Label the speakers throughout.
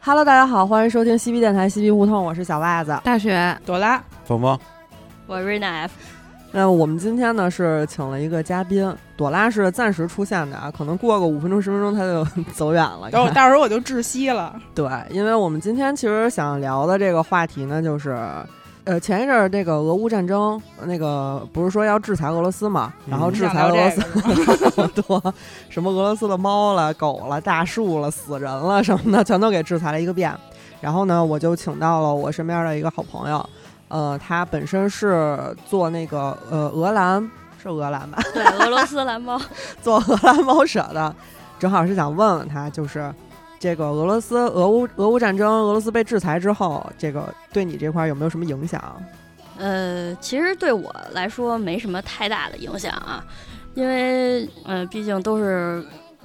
Speaker 1: Hello，大家好，欢迎收听西皮电台西皮胡同，我是小袜子。
Speaker 2: 大雪，
Speaker 3: 朵拉，
Speaker 4: 峰峰，
Speaker 5: 我瑞娜 F，
Speaker 1: 那呃我们今天呢是请了一个嘉宾，朵拉是暂时出现的啊，可能过个五分钟十分钟他就 走远了。
Speaker 3: 等我到时候我就窒息了。
Speaker 1: 对，因为我们今天其实想聊的这个话题呢，就是，呃，前一阵儿这个俄乌战争，那个不是说要制裁俄罗斯嘛，然后
Speaker 4: 嗯
Speaker 1: 制
Speaker 3: 想
Speaker 1: 裁
Speaker 3: 聊
Speaker 1: 俄罗
Speaker 3: 这
Speaker 1: 斯
Speaker 3: 个是吧，
Speaker 1: 好多，什么俄罗斯的猫了、狗了、大树了、死人了什么的，全都给制裁了一个遍。然后呢，我就请到了我身边的一个好朋友，呃，他本身是做那个呃俄兰是俄兰吧，
Speaker 5: 对，俄罗斯蓝猫，
Speaker 1: 做荷兰猫舍的，正好是想问问他，就是这个俄罗斯俄乌俄乌战争，俄罗斯被制裁之后，这个对你这块儿有没有什么影响？
Speaker 5: 呃，其实对我来说没什么太大的影响啊，因为呃，毕竟都是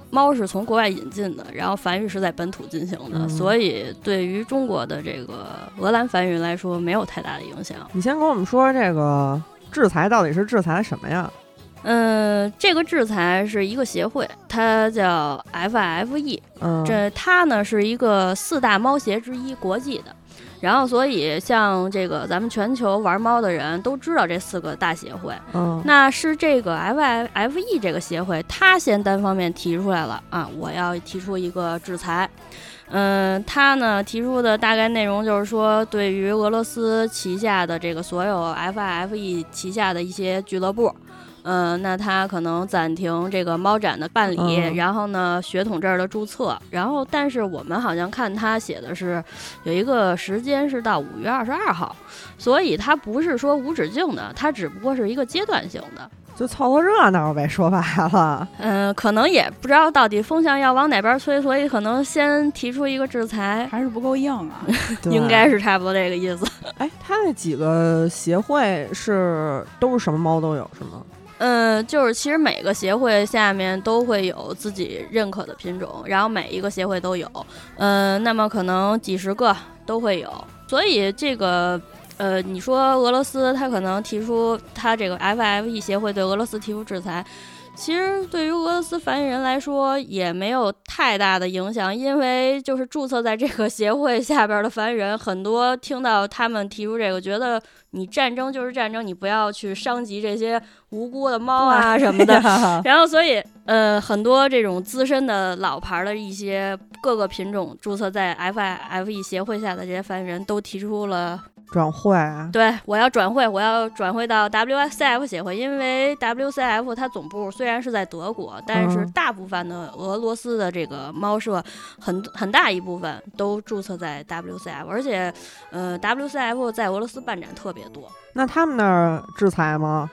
Speaker 5: 猫是从国外引进的，然后繁育是在本土进行的，
Speaker 1: 嗯
Speaker 5: 所以对于中国的这个鹅兰繁育来说没有太大的影响。
Speaker 1: 你先跟我们说这个制裁到底是制裁什么呀？
Speaker 5: 嗯，这个制裁是一个协会，它叫 FFE，
Speaker 1: 嗯，
Speaker 5: 这它呢是一个四大猫协之一，国际的。然后，所以像这个咱们全球玩猫的人都知道这四个大协会，
Speaker 1: 嗯
Speaker 5: 那是这个 F F E 这个协会，他先单方面提出来了啊，我要提出一个制裁。嗯，他呢提出的大概内容就是说，对于俄罗斯旗下的这个所有 F F E 旗下的一些俱乐部。嗯，那他可能暂停这个猫展的办理，
Speaker 1: 嗯
Speaker 5: 然后呢，血统证儿的注册，然后但是我们好像看他写的是有一个时间是到五月二十二号，所以它不是说无止境的，它只不过是一个阶段性的。
Speaker 1: 就凑凑热闹呗，说白了，
Speaker 5: 嗯、可能也不知道到底风向要往哪边吹，所以可能先提出一个制裁，
Speaker 3: 还是不够硬 啊。
Speaker 1: 对
Speaker 5: 应该。是差不多这个意思。
Speaker 1: 哎，他那几个协会是都是什么猫都有是吗？
Speaker 5: 嗯，就是其实每个协会下面都会有自己认可的品种，然后每一个协会都有，嗯、那么可能几十个都会有，所以这个。呃，你说俄罗斯，它可能提出它这个 FFE 协会对俄罗斯提出制裁，其实对于俄罗斯繁育人来说也没有太大的影响，因为就是注册在这个协会下边的繁育人，很多听到他们提出这个，觉得你战争就是战争，你不要去伤及这些无辜的猫啊什么的。然后，所以呃，很多这种资深的老牌的一些各个品种注册在 FIFE E 协会下的这些繁育人都提出了，
Speaker 1: 转会啊，
Speaker 5: 对我要转会，我要转会到 WCF 协会，因为 WCF 它总部虽然是在德国，但是
Speaker 1: 嗯
Speaker 5: 大部分的俄罗斯的这个猫舍很很大一部分都注册在 WCF，而且呃 WCF 在俄罗斯办展特别多。
Speaker 1: 那他们那儿制裁吗？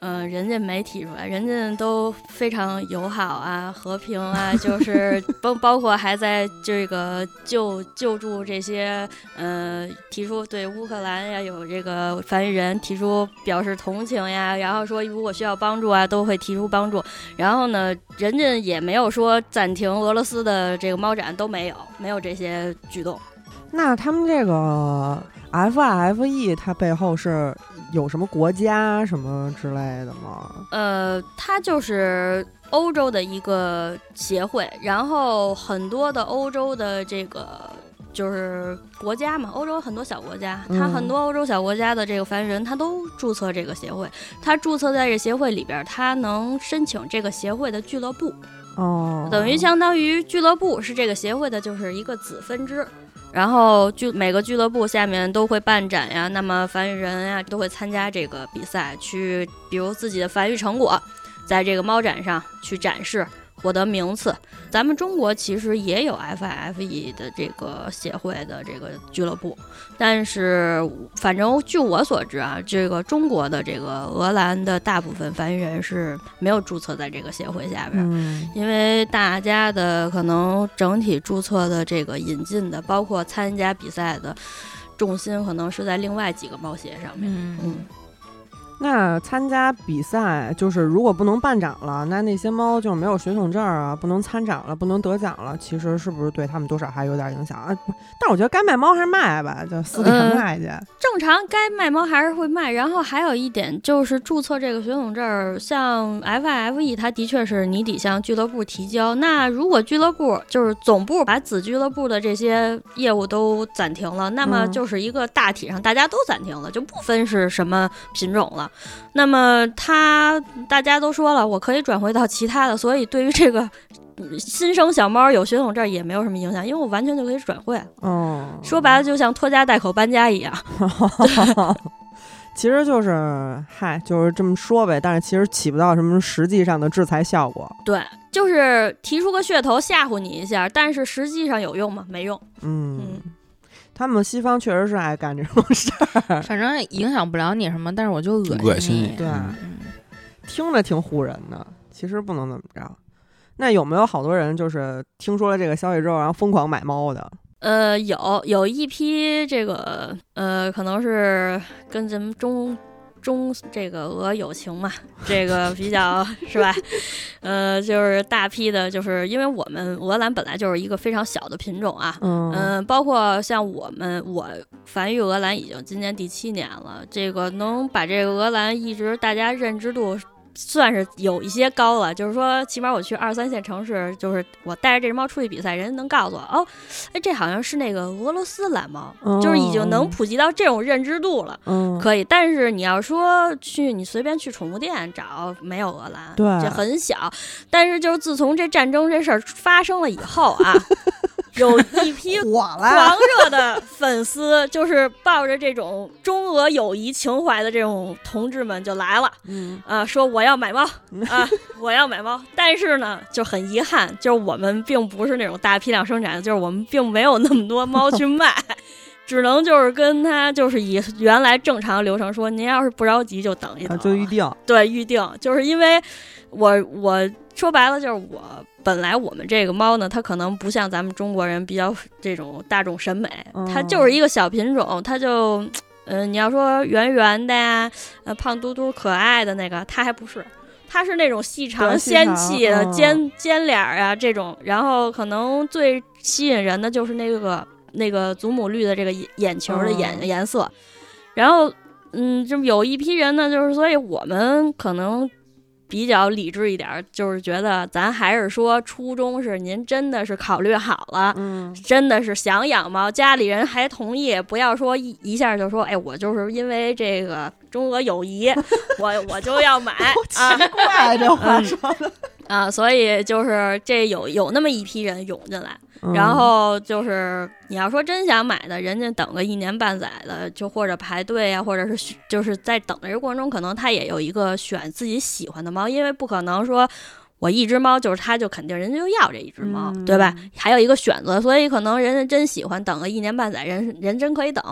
Speaker 5: 嗯，人家没提出来，人家都非常友好啊，和平啊，就是包包括还在这个救救助这些呃，提出对乌克兰呀有这个繁育人提出表示同情呀，然后说如果需要帮助啊，都会提出帮助。然后呢，人家也没有说暂停俄罗斯的这个猫展，都没有，没有这些举动。
Speaker 1: 那他们这
Speaker 5: 嗯
Speaker 1: 个 FFE 它背后是有什么国家什么之类的吗？
Speaker 5: 呃，它就是欧洲的一个协会，然后很多的欧洲的这个就是国家嘛，欧洲很多小国家，它
Speaker 1: 嗯
Speaker 5: 很多欧洲小国家的这个凡人，他都注册这个协会，他注册在这协会里边儿，他能申请这个协会的俱乐部，
Speaker 1: 哦，
Speaker 5: 等于相当于俱乐部是这个协会的就是一个子分支。然后就每个俱乐部下面都会办展呀，那么繁育人呀都会参加这个比赛，去比如自己的繁育成果，在这个猫展上去展示，获得名次。咱们中国其实也有 FFE 的这个协会的这个俱乐部，但是反正据我所知啊，这个中国的这个俄兰的大部分繁育人是没有注册在这个协会下边儿。
Speaker 1: 嗯，
Speaker 5: 因为大家的可能整体注册的这个引进的，包括参加比赛的重心，可能是在另外几个猫协上面。
Speaker 2: 嗯，
Speaker 5: 嗯，
Speaker 1: 那参加比赛就是如果不能办展了，那那些猫就是没有血统证啊，不能参展了，不能得奖了，其实是不是对他们多少还有点影响啊？不但我觉得该卖猫还是卖吧，就私底下
Speaker 5: 嗯
Speaker 1: 卖去。
Speaker 5: 正常该卖猫还是会卖，然后还有一点就是注册这个血统证儿，像 FIFE E，它的确是你得向俱乐部提交。那如果俱乐部就是总部把子俱乐部的这些业务都暂停了，那么
Speaker 1: 嗯
Speaker 5: 就是一个大体上大家都暂停了，就不分是什么品种了。那么它大家都说了，我可以转回到其他的，所以对于这个。嗯新生小猫有血统证儿也没有什么影响，因为我完全就可以转会。
Speaker 1: 嗯，
Speaker 5: 说白了，就像拖家带口搬家一样。
Speaker 1: 其实就是嗨，就是这么说呗，但是其实起不到什么实际上的制裁效果。
Speaker 5: 对，就是提出个噱头吓唬你一下，但是实际上有用吗？没用。
Speaker 1: 嗯
Speaker 5: 嗯，
Speaker 1: 他们西方确实是爱干这种事儿，
Speaker 2: 反正影响不了你什么，但是我就恶
Speaker 4: 恶心
Speaker 2: 心
Speaker 4: 你
Speaker 1: 对
Speaker 2: 嗯
Speaker 1: 听着挺唬人的， 其实不能怎么着。那有没有好多人就是听说了这个消息之后，然后疯狂买猫的？
Speaker 5: 呃，有有一批这个呃，可能是跟咱们中中这个俄友情嘛，这个比较 是吧？呃，就是大批的，就是因为我们俄兰本来就是一个非常小的品种啊，
Speaker 1: 嗯
Speaker 5: 嗯，包括像我们，我繁育鹅兰已经今年第七年了，这个能把这个鹅兰一直大家认知度算是有一些高了，就是说，起码我去二三线城市，就是我带着这只猫出去比赛，人家能告诉我，哦，哎，这好像是那个俄罗斯蓝猫，
Speaker 1: 哦
Speaker 5: 就是已经能普及到这种认知度了。
Speaker 1: 嗯，
Speaker 5: 可以，但是你要说去，你随便去宠物店找没有鹅兰，
Speaker 1: 对
Speaker 5: 这很小。但是就是自从这战争这事儿发生了以后 啊，有一批
Speaker 1: 火了，
Speaker 5: 狂热的粉丝，就是抱着这种中俄友谊情怀的这种同志们就来了
Speaker 1: 嗯
Speaker 5: 啊、说我要买猫啊、我要买猫。但是呢，就很遗憾，就是我们并不是那种大批量生产，就是我们并没有那么多猫去卖。只能就是跟他就是以原来正常流程说，您要是不着急就等一等
Speaker 1: 啊，
Speaker 5: 啊，
Speaker 1: 就预定，
Speaker 5: 对预定，就是因为我我说白了就是我本来我们这个猫呢，它可能不像咱们中国人比较这种大众审美，它
Speaker 1: 嗯
Speaker 5: 就是一个小品种，它就嗯、你要说圆圆的呀，呃胖嘟嘟可爱的那个，它还不是。它是那种细长
Speaker 1: 对细
Speaker 5: 纤
Speaker 1: 长
Speaker 5: 细的
Speaker 1: 嗯
Speaker 5: 尖尖脸儿啊，这种，然后可能最吸引人的就是那个那个祖母绿的这个眼眼球的颜、
Speaker 1: 嗯
Speaker 5: 颜色，然后嗯，就有一批人呢，就是所以我们可能比较理智一点儿，就是觉得咱还是说初衷是您真的是考虑好了。
Speaker 1: 嗯，
Speaker 5: 真的是想养猫，家里人还同意，不要说一一下就说，哎，我就是因为这个中俄友谊，我我就要买啊
Speaker 1: 奇怪这话说的，
Speaker 5: 啊，所以就是这有有那么一批人涌进来，
Speaker 1: 嗯
Speaker 2: 嗯
Speaker 5: 然后就是你要说真想买的，人家等个一年半载的，就或者排队啊，或者是选就是在等的这过程中，可能他也有一个选自己喜欢的猫，因为不可能说我一只猫就是他就肯定人家就要这一只猫，
Speaker 1: 嗯
Speaker 5: 对吧？还有一个选择，所以可能人家真喜欢，等个一年半载，人人真可以等。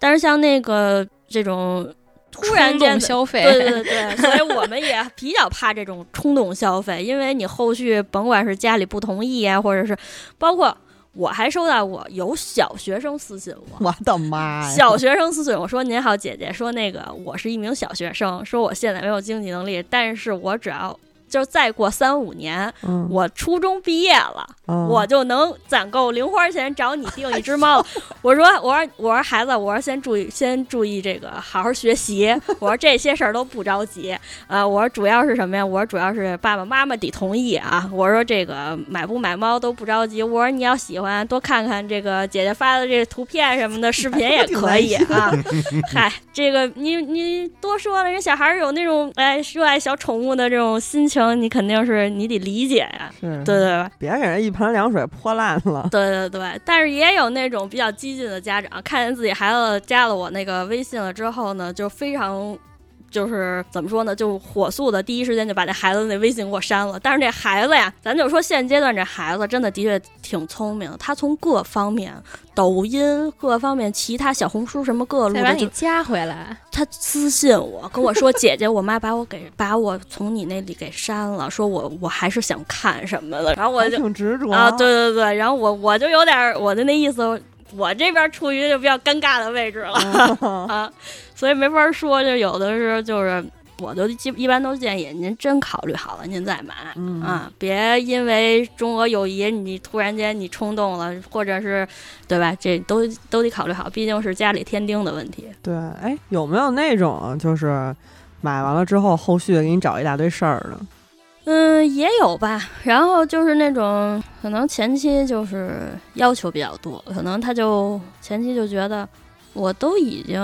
Speaker 5: 但是像那个这种突然
Speaker 2: 冲
Speaker 5: 间的
Speaker 2: 动消费，
Speaker 5: 对对对，所以我们也比较怕这种冲动消费，因为你后续甭管是家里不同意啊，或者是包括我还收到过有小学生私信我。
Speaker 1: 我的妈呀，
Speaker 5: 小学生私信我说：“您好，姐姐。说那个我是一名小学生，说我现在没有经济能力，但是我只要就是再过三五年，
Speaker 1: 嗯哦
Speaker 5: 我初中毕业了，我就能攒够零花钱找你订一只猫了。我说，我说，我说孩子，我说先注意，先注意这个，好好学习。我说这些事儿都不着急，呃，我说主要是什么呀？我说主要是爸爸妈妈得同意啊。我说这个买不买猫都不着急。我说你要喜欢，多看看这个姐姐发的这个图片什么的，视频也可以啊。 嗨，这个你你多说了，人小孩儿有那种哎热爱小宠物的这种心情，你肯定是你得理解呀、
Speaker 1: 是
Speaker 5: 对对对。
Speaker 1: 别给人一盆凉水泼烂了，
Speaker 5: 对对对，但是也有那种比较激进的家长，看见自己孩子加了我那个微信了之后呢，就非常。就是怎么说呢，就火速的第一时间就把那孩子那微信给我删了。但是这孩子呀，咱就说现阶段这孩子真的的确挺聪明，他从各方面，抖音各方面，其他小红书什么各路
Speaker 2: 再
Speaker 5: 的
Speaker 2: 把
Speaker 5: 就
Speaker 2: 你加回来。
Speaker 5: 他私信我，跟我说：“ 姐姐，我妈把我给把我从你那里给删了，说我我还是 想看什么的。”然后我
Speaker 1: 还
Speaker 5: 就
Speaker 1: 挺执着
Speaker 5: 啊，对对对，然后我我就有点儿我的那意思，我这边处于就比较尴尬的位置了
Speaker 1: 嗯
Speaker 5: 啊，所以没法说。就有的时候就是，我就基一般都建议您真考虑好了，您再买。
Speaker 1: 嗯
Speaker 5: 啊，别因为中俄友谊，你突然间你冲动了，或者是，对吧？这都都得考虑好，毕竟是家里添丁的问题。
Speaker 1: 对，哎，有没有那种就是买完了之后，后续给你找一大堆事儿的？
Speaker 5: 嗯，也有吧。然后就是那种可能前期就是要求比较多，可能他就前期就觉得我都已经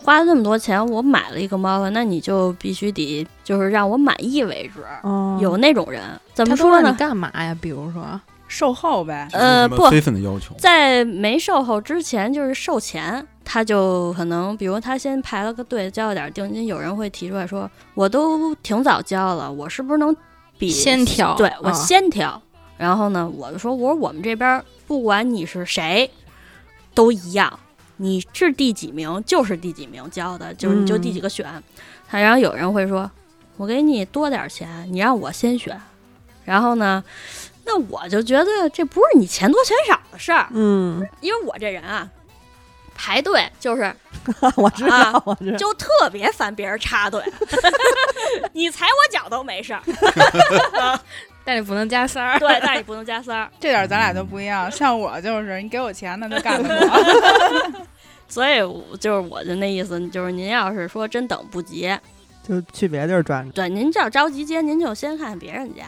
Speaker 5: 花了那么多钱，我买了一个猫了，那你就必须得就是让我满意为止。
Speaker 1: 嗯，
Speaker 5: 有那种人，怎
Speaker 2: 他
Speaker 5: 么
Speaker 2: 都
Speaker 5: 说
Speaker 2: 让你
Speaker 5: 呢？
Speaker 2: 干嘛呀？比如说，
Speaker 3: 售后呗，
Speaker 5: 呃
Speaker 4: 什么
Speaker 5: 不
Speaker 4: 非分的要求，
Speaker 5: 在没售后之前，就是售前，他就可能，比如他先排了个队，交了点定金，有人会提出来说，我都挺早交了，我是不是能比
Speaker 2: 先挑
Speaker 5: 对我
Speaker 2: 啊
Speaker 5: 先挑。然后呢，我就说，我说我们这边儿不管你是谁，都一样，你是第几名就是第几名交的，就是你就第几个选。他然后有人会说，我给你多点儿钱，你让我先选。然后呢，那我就觉得这不是你钱多钱少的事儿，
Speaker 1: 嗯，
Speaker 5: 因为我这人啊，排队就是
Speaker 1: 我知道，
Speaker 5: 啊
Speaker 1: 我知道，
Speaker 5: 就特别烦别人插 队，你踩我脚都没事 儿，
Speaker 2: 但是不能加塞儿。
Speaker 5: 对，但是你不能加塞儿。
Speaker 3: 这点咱俩就不一样。 像我就是，你给我钱那就干得 过。
Speaker 5: 所以我就是我的那意思，就是您要是说真等不及，
Speaker 1: 就去别地儿转转。
Speaker 5: 对，您这要着急接，您就先看别人家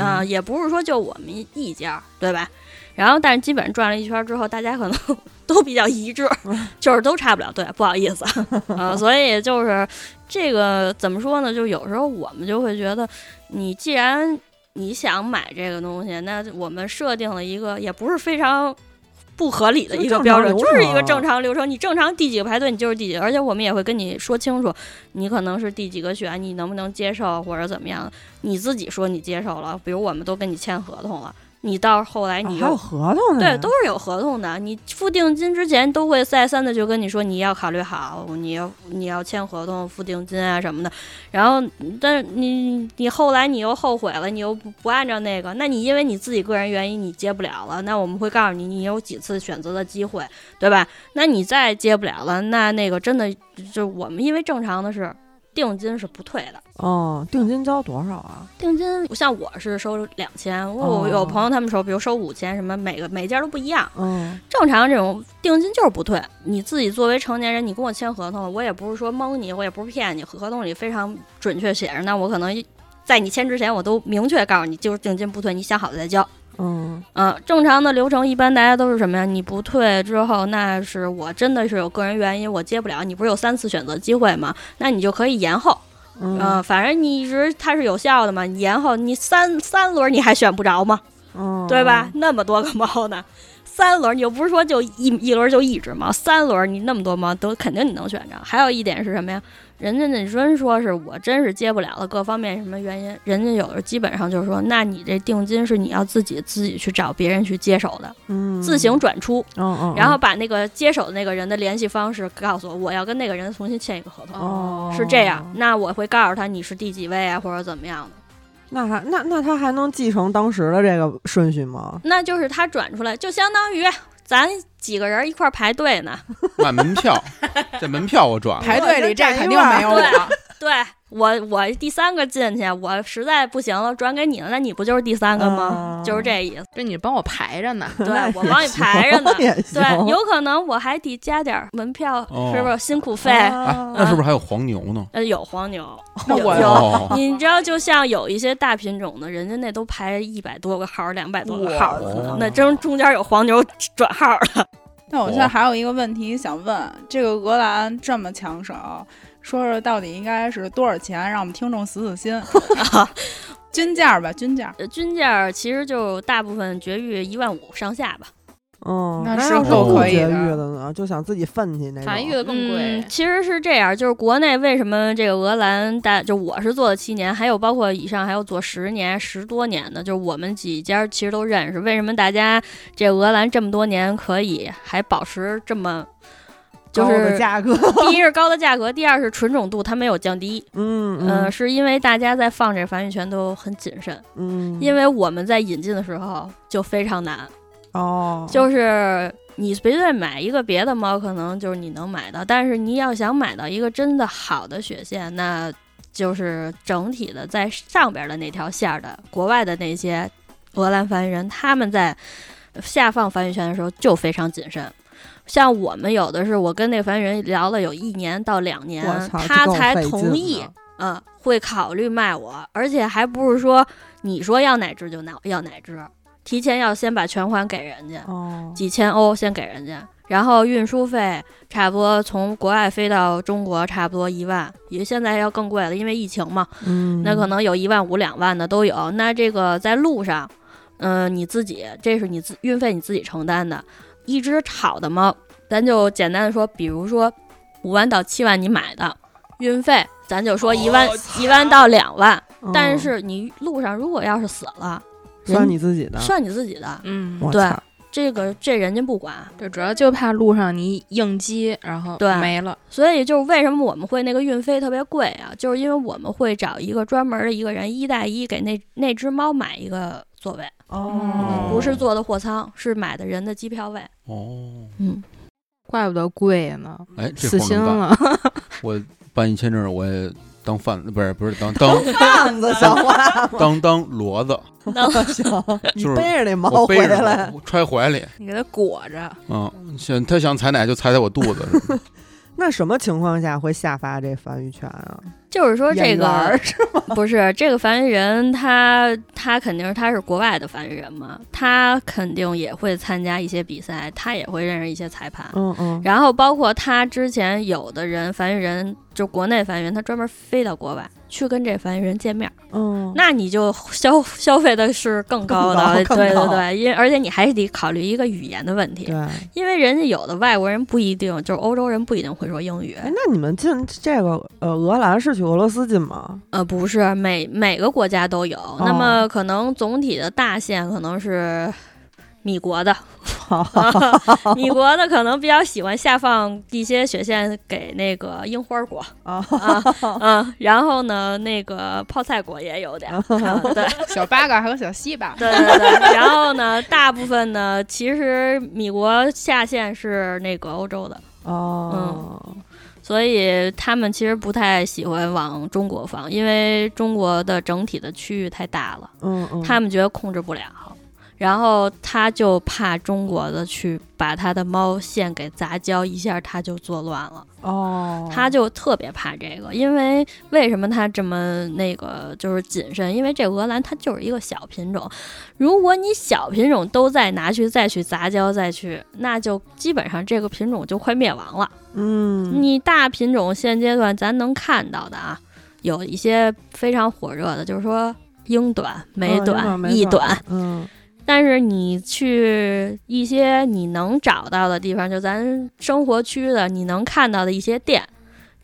Speaker 5: 啊、
Speaker 1: 嗯
Speaker 5: 也不是说就我们一一家，对吧？然后，但是基本上转了一圈之后，大家可能 都比较一致，
Speaker 1: 嗯
Speaker 5: 就是都插不了队，不好意 思啊、所以就是这个怎么说呢？就有时候我们就会觉得，你既然你想买这个东西，那我们设定了一个也不是非常不合理的一个标准，
Speaker 1: 就
Speaker 5: 就
Speaker 1: 正常流程啊
Speaker 5: 是一个正常流程。你正常第几个排队，你就是第几个，而且我们也会跟你说清楚，你可能是第几个选，你能不能接受或者怎么样。你自己说你接受了，比如我们都跟你签合同了，你到后来你
Speaker 1: 哦
Speaker 5: 又、
Speaker 1: 还有合同呢，
Speaker 5: 对，都是有合同的。你付定金之前都会再三的就跟你说，你要考虑好，你要你要签合同、付定金啊什么的。然后，但是你你后来你又后悔了，你又不不按照那个，那你因为你自己个人原因你接不了了，那我们会告诉你，你有几次选择的机会，对吧？那你再接不了了，那那个真的就我们因为正常的是定金是不退的。
Speaker 1: 哦，定金交多少啊？
Speaker 5: 定金像我是收两千，我有
Speaker 1: 哦
Speaker 5: 朋友他们收，比如收五千，什么每个每家都不一样。
Speaker 1: 嗯，
Speaker 5: 正常这种定金就是不退，你自己作为成年人，你跟我签合同了，我也不是说蒙你，我也不是骗你，合同里非常准确写着呢。我可能在你签之前，我都明确告诉你，就是定金不退，你想好了再交。
Speaker 1: 嗯，
Speaker 5: 嗯、正常的流程一般大家都是什么呀？你不退之后，那是我真的是有个人原因，我接不了。你不是有三次选择机会吗？那你就可以延后。
Speaker 1: 嗯
Speaker 5: 嗯、反正你一直它是有效的嘛，你延后你三三轮你还选不着吗？
Speaker 1: 嗯，
Speaker 5: 对吧？？那么多个猫呢， 三轮儿你又不是说就一一轮儿就一只猫，三轮儿你那么多猫都肯定你能选着。还有一点是什么呀？人家那真说是我真是接不了了，各方面什么原因，人家有的基本上就是说，那你这定金是你要自己自己去找别人去接手的，
Speaker 1: 嗯，
Speaker 5: 自行转出，
Speaker 1: 嗯，嗯嗯，
Speaker 5: 然后把那个接手的那个人的联系方式告诉我，我要跟那个人重新签一个合同，
Speaker 1: 哦，
Speaker 5: 是这样。那我会告诉他你是第几位啊，或者怎么样的。
Speaker 1: 那还那那他还能继承当时的这个顺序吗？
Speaker 5: 那就是他转出来，就相当于咱几个人一块儿排队呢。
Speaker 4: 买门票，这门票我转了，
Speaker 3: 排队里这肯定没有我，
Speaker 5: 对我，我第三个进去，我实在不行了，转给你了，那你不就是第三个吗？
Speaker 1: 啊
Speaker 5: 就是这 意思。
Speaker 2: 这你帮我排着呢，
Speaker 5: 对
Speaker 1: 那。
Speaker 5: 我帮你排着呢
Speaker 1: 也行，
Speaker 5: 对，有可能我还得加点儿门票，
Speaker 4: 哦
Speaker 5: 是不是辛苦费？
Speaker 4: 啊，
Speaker 1: 啊
Speaker 4: 那是不是还有黄牛呢？
Speaker 5: 呃，有黄牛，
Speaker 3: 那
Speaker 5: 有
Speaker 3: 我
Speaker 5: 有
Speaker 4: 哦，
Speaker 5: 你知道，就像有一些大品种的，人家那都排一百多个号儿，两百多个号儿
Speaker 4: 哇
Speaker 5: 呢
Speaker 4: 哦，
Speaker 5: 那真中间有黄牛转号儿了。
Speaker 3: 那我现在还有一个问题想问，这个鹅兰这么抢手，说说到底应该是多少钱，让我们听众死死 心。均价吧，均价。
Speaker 5: 呃均价儿其实就大部分绝育一万五上下吧。
Speaker 1: 嗯，
Speaker 3: 那是
Speaker 1: 要
Speaker 4: 够
Speaker 1: 不
Speaker 4: 可以
Speaker 1: 绝
Speaker 3: 的
Speaker 1: 育的呢，就想自己粪去那种，
Speaker 2: 繁育的更贵
Speaker 5: 嗯。。其实是这样，就是国内为什么这个鹅兰大，就我是做了七年，还有包括以上还有做十年、十多年的，就是我们几家其实都认识。为什么大家这鹅兰这么多年可以还保持这么，就
Speaker 1: 高的
Speaker 5: 是
Speaker 1: 价 格，
Speaker 5: 第一是高的价格，第二是纯种度它没有降低。
Speaker 1: 嗯
Speaker 5: 呃，是因为大家在放这繁育权都很谨慎，
Speaker 1: 嗯，
Speaker 5: 因
Speaker 1: 为
Speaker 5: 为我们在引进的时候就非常难。
Speaker 1: 哦，
Speaker 5: 就是你随便买一个别的猫，可能就是你能买到，但是你要想买到一个真的好的雪线，那就是整体的在上边的那条线儿的，国外的那些荷兰繁育人，他们在下放繁育权的时候就非常谨慎。像我们有的是，我跟那个繁育人聊了有一年到两年
Speaker 1: 我，操，
Speaker 5: 他
Speaker 1: 这够
Speaker 5: 才
Speaker 1: 费劲
Speaker 5: 同意
Speaker 1: 的，
Speaker 5: 嗯，会考虑卖我，而且还不是说你说要哪只就哪要哪只，提前要先把全款给人家，
Speaker 1: 哦，
Speaker 5: 几千欧先给人家，然后运输费差不多从国外飞到中国差不多一万，也现在要更贵了，因为疫情嘛，
Speaker 1: 嗯，
Speaker 5: 那可能有一万五、两万的都有。那这个在路上，嗯、你自己这是你自运费你自己承担的。一只好的猫，咱就简单的说，比如说五万到七万你买的，运费咱就说一万、一万到两万，
Speaker 1: 嗯，
Speaker 5: 但是你路上如果要是死了，
Speaker 1: 算你自己的，
Speaker 5: 算你自己的，
Speaker 2: 嗯，
Speaker 1: 我
Speaker 5: 对
Speaker 1: 操
Speaker 5: 这个这人家不管。
Speaker 2: 对，主要就怕路上你一应激，然后
Speaker 5: 对
Speaker 2: 没了。
Speaker 5: 所以就是为什么我们会那个运费特别贵啊，就是因为我们会找一个专门的一个人一带一给那那只猫买一个座位，
Speaker 1: 哦，
Speaker 5: 嗯不是坐的货舱，是买的人的机票位。
Speaker 4: 哦，
Speaker 5: 嗯，
Speaker 2: 怪不得贵呢，
Speaker 4: 哎，这活
Speaker 2: 死
Speaker 4: 儿
Speaker 2: 心
Speaker 4: 能干。
Speaker 2: 了。
Speaker 4: 我办一签证，我也当贩，不是不是当当
Speaker 1: 贩子 小话
Speaker 4: 当当骡子，
Speaker 1: 行， 你
Speaker 4: 就是
Speaker 1: 背着那猫
Speaker 4: 我
Speaker 1: 回
Speaker 4: 背着
Speaker 1: 来
Speaker 4: 它，，我揣怀里。
Speaker 2: 你给它裹着，
Speaker 4: 嗯，想他想采奶就采在我肚子上。
Speaker 1: 那什么情况下会下发这繁育权啊？
Speaker 5: 就是说这
Speaker 1: 演员
Speaker 5: 个
Speaker 1: 儿
Speaker 5: 不是这个繁育人他，他肯定是他是国外的繁育人嘛，他肯定也会参加一些比赛，他也会认识一些裁判。
Speaker 1: 嗯嗯，
Speaker 5: 然后包括他之前有的人繁育人，就国内繁育人，他专门飞到国外去跟这繁育人见面。
Speaker 1: 嗯，
Speaker 5: 那你就消消费的是更高的，
Speaker 1: 更高
Speaker 5: 对
Speaker 1: 更
Speaker 5: 对
Speaker 1: 高
Speaker 5: 对，因为而且你还得考虑一个语言的问题
Speaker 1: 对，，
Speaker 5: 因为人家有的外国人不一定，就是欧洲人不一定会说英语。
Speaker 1: 哎，那你们进这个呃，俄兰是去俄罗斯进吗？
Speaker 5: 呃，不是，每每个国家都有。
Speaker 1: 哦
Speaker 5: 那么可能总体的大线可能是米 国的，米国的可能比较喜欢下放一些血线给那个樱花国
Speaker 1: 啊，
Speaker 5: 啊，嗯，然后呢，那个泡菜国也有 点儿，啊对。
Speaker 3: 小八嘎还有小西巴，
Speaker 5: 对对对，然后呢，大部分呢，其实米国下线是那个欧洲的，嗯
Speaker 1: 哦，
Speaker 5: 所以他们其实不太喜欢往中国放，因为中国的整体的区域太大了，
Speaker 1: 嗯嗯，
Speaker 5: 他们觉得控制不了，然后他就怕中国的去把他的猫线给杂交，一下他就作乱了。
Speaker 1: 哦，
Speaker 5: 他就特别怕这个，因为为什么他这么那个就是谨慎？因为这俄兰它就是一个小品种，如果你小品种都再拿去再去杂交再去，那就基本上这个品种就快灭亡了。
Speaker 1: 嗯，
Speaker 5: 你大品种现阶段咱能看到的啊，有一些非常火热的，就是说英短、美
Speaker 1: 嗯
Speaker 5: 短、
Speaker 1: 英
Speaker 5: 异短，，
Speaker 1: 嗯
Speaker 5: 但是你去一些你能找到的地方，就咱生活区的，你能看到的一些店，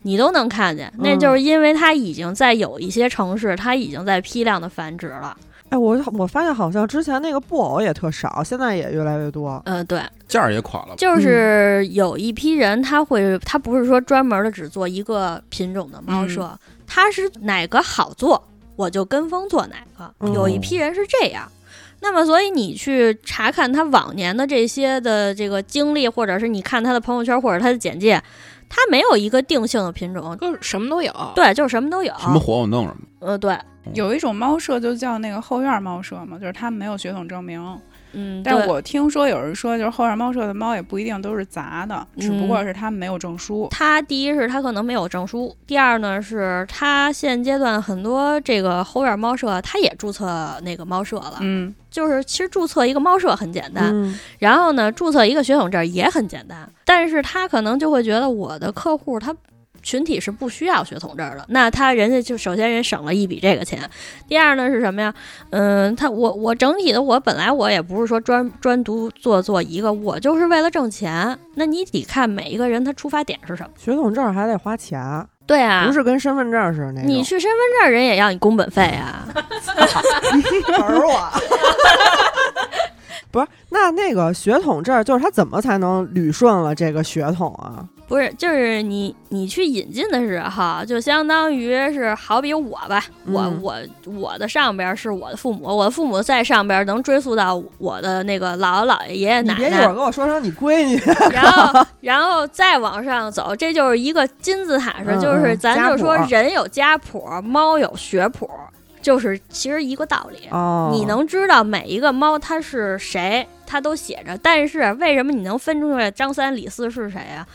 Speaker 5: 你都能看见。那就是因为它已经在有一些城市，它已经在批量的繁殖了。
Speaker 1: 哎，我我发现好像之前那个布偶也特少，现在也越来越多。
Speaker 5: 嗯、对，
Speaker 4: 价儿也垮了吧，
Speaker 5: 就是有一批人，他会，他不是说专门的只做一个品种的
Speaker 4: 嗯
Speaker 5: 猫舍，他是哪个好做，我就跟风做哪个。
Speaker 4: 哦
Speaker 1: 嗯
Speaker 5: 有一批人是这样。那么，所以你去查看他往年的这些的这个经历，或者是你看他的朋友圈或者他的简介，他没有一个定性的品种，
Speaker 2: 就是什么都有。
Speaker 5: 对，就是什么都有。
Speaker 4: 什么活我弄什么。
Speaker 5: 呃，对，
Speaker 3: 有一种猫舍就叫那个后院猫舍嘛，就是他们没有血统证明。
Speaker 5: 嗯，
Speaker 3: 但
Speaker 5: 对
Speaker 3: 我听说有人说，就是后院猫舍的猫也不一定都是杂的，只不
Speaker 5: 嗯
Speaker 3: 过是他们没有证书。
Speaker 5: 他第一是他可能没有证书，第二呢是他现阶段很多这个后院猫舍，啊他也注册那个猫舍了，
Speaker 3: 嗯，
Speaker 5: 就是其实注册一个猫舍很简单，
Speaker 1: 嗯
Speaker 5: 然后呢注册一个血统证也很简单，但是他可能就会觉得我的客户他。群体是不需要血统证的，那他人家就首先人省了一笔这个钱，第二呢是什么呀？嗯，他我我整体的我本来我也不是说专专独做做一个，我就是为了挣钱。那你得看每一个人他出发点是什么。
Speaker 1: 血统证还得花钱，
Speaker 5: 对啊，
Speaker 1: 不是跟身份证似的那种。
Speaker 5: 你去 身份证人也要你工本费啊。
Speaker 1: 玩我？ 不是，那那个血统证就是他怎么才能捋顺了这个血统啊？
Speaker 5: 不是，就是你你去引进的时候，就相当于是好比我吧，我
Speaker 1: 嗯
Speaker 5: 我我的上边是我的父母，我的父母在上边能追溯到我的那个姥姥姥爷爷爷
Speaker 1: 你
Speaker 5: 奶
Speaker 1: 别一会儿
Speaker 5: 奶，
Speaker 1: 跟我说成你闺女，
Speaker 5: 然后然后再往上走，这就是一个金字塔式，
Speaker 1: 嗯
Speaker 5: 就是
Speaker 1: 嗯
Speaker 5: 咱就说
Speaker 1: 家谱
Speaker 5: 人有家谱，猫有学谱，就是其实一个道理。
Speaker 1: 哦，
Speaker 5: 你能知道每一个猫它是谁，它都写着。但是为什么你能分出来张三李四是谁啊？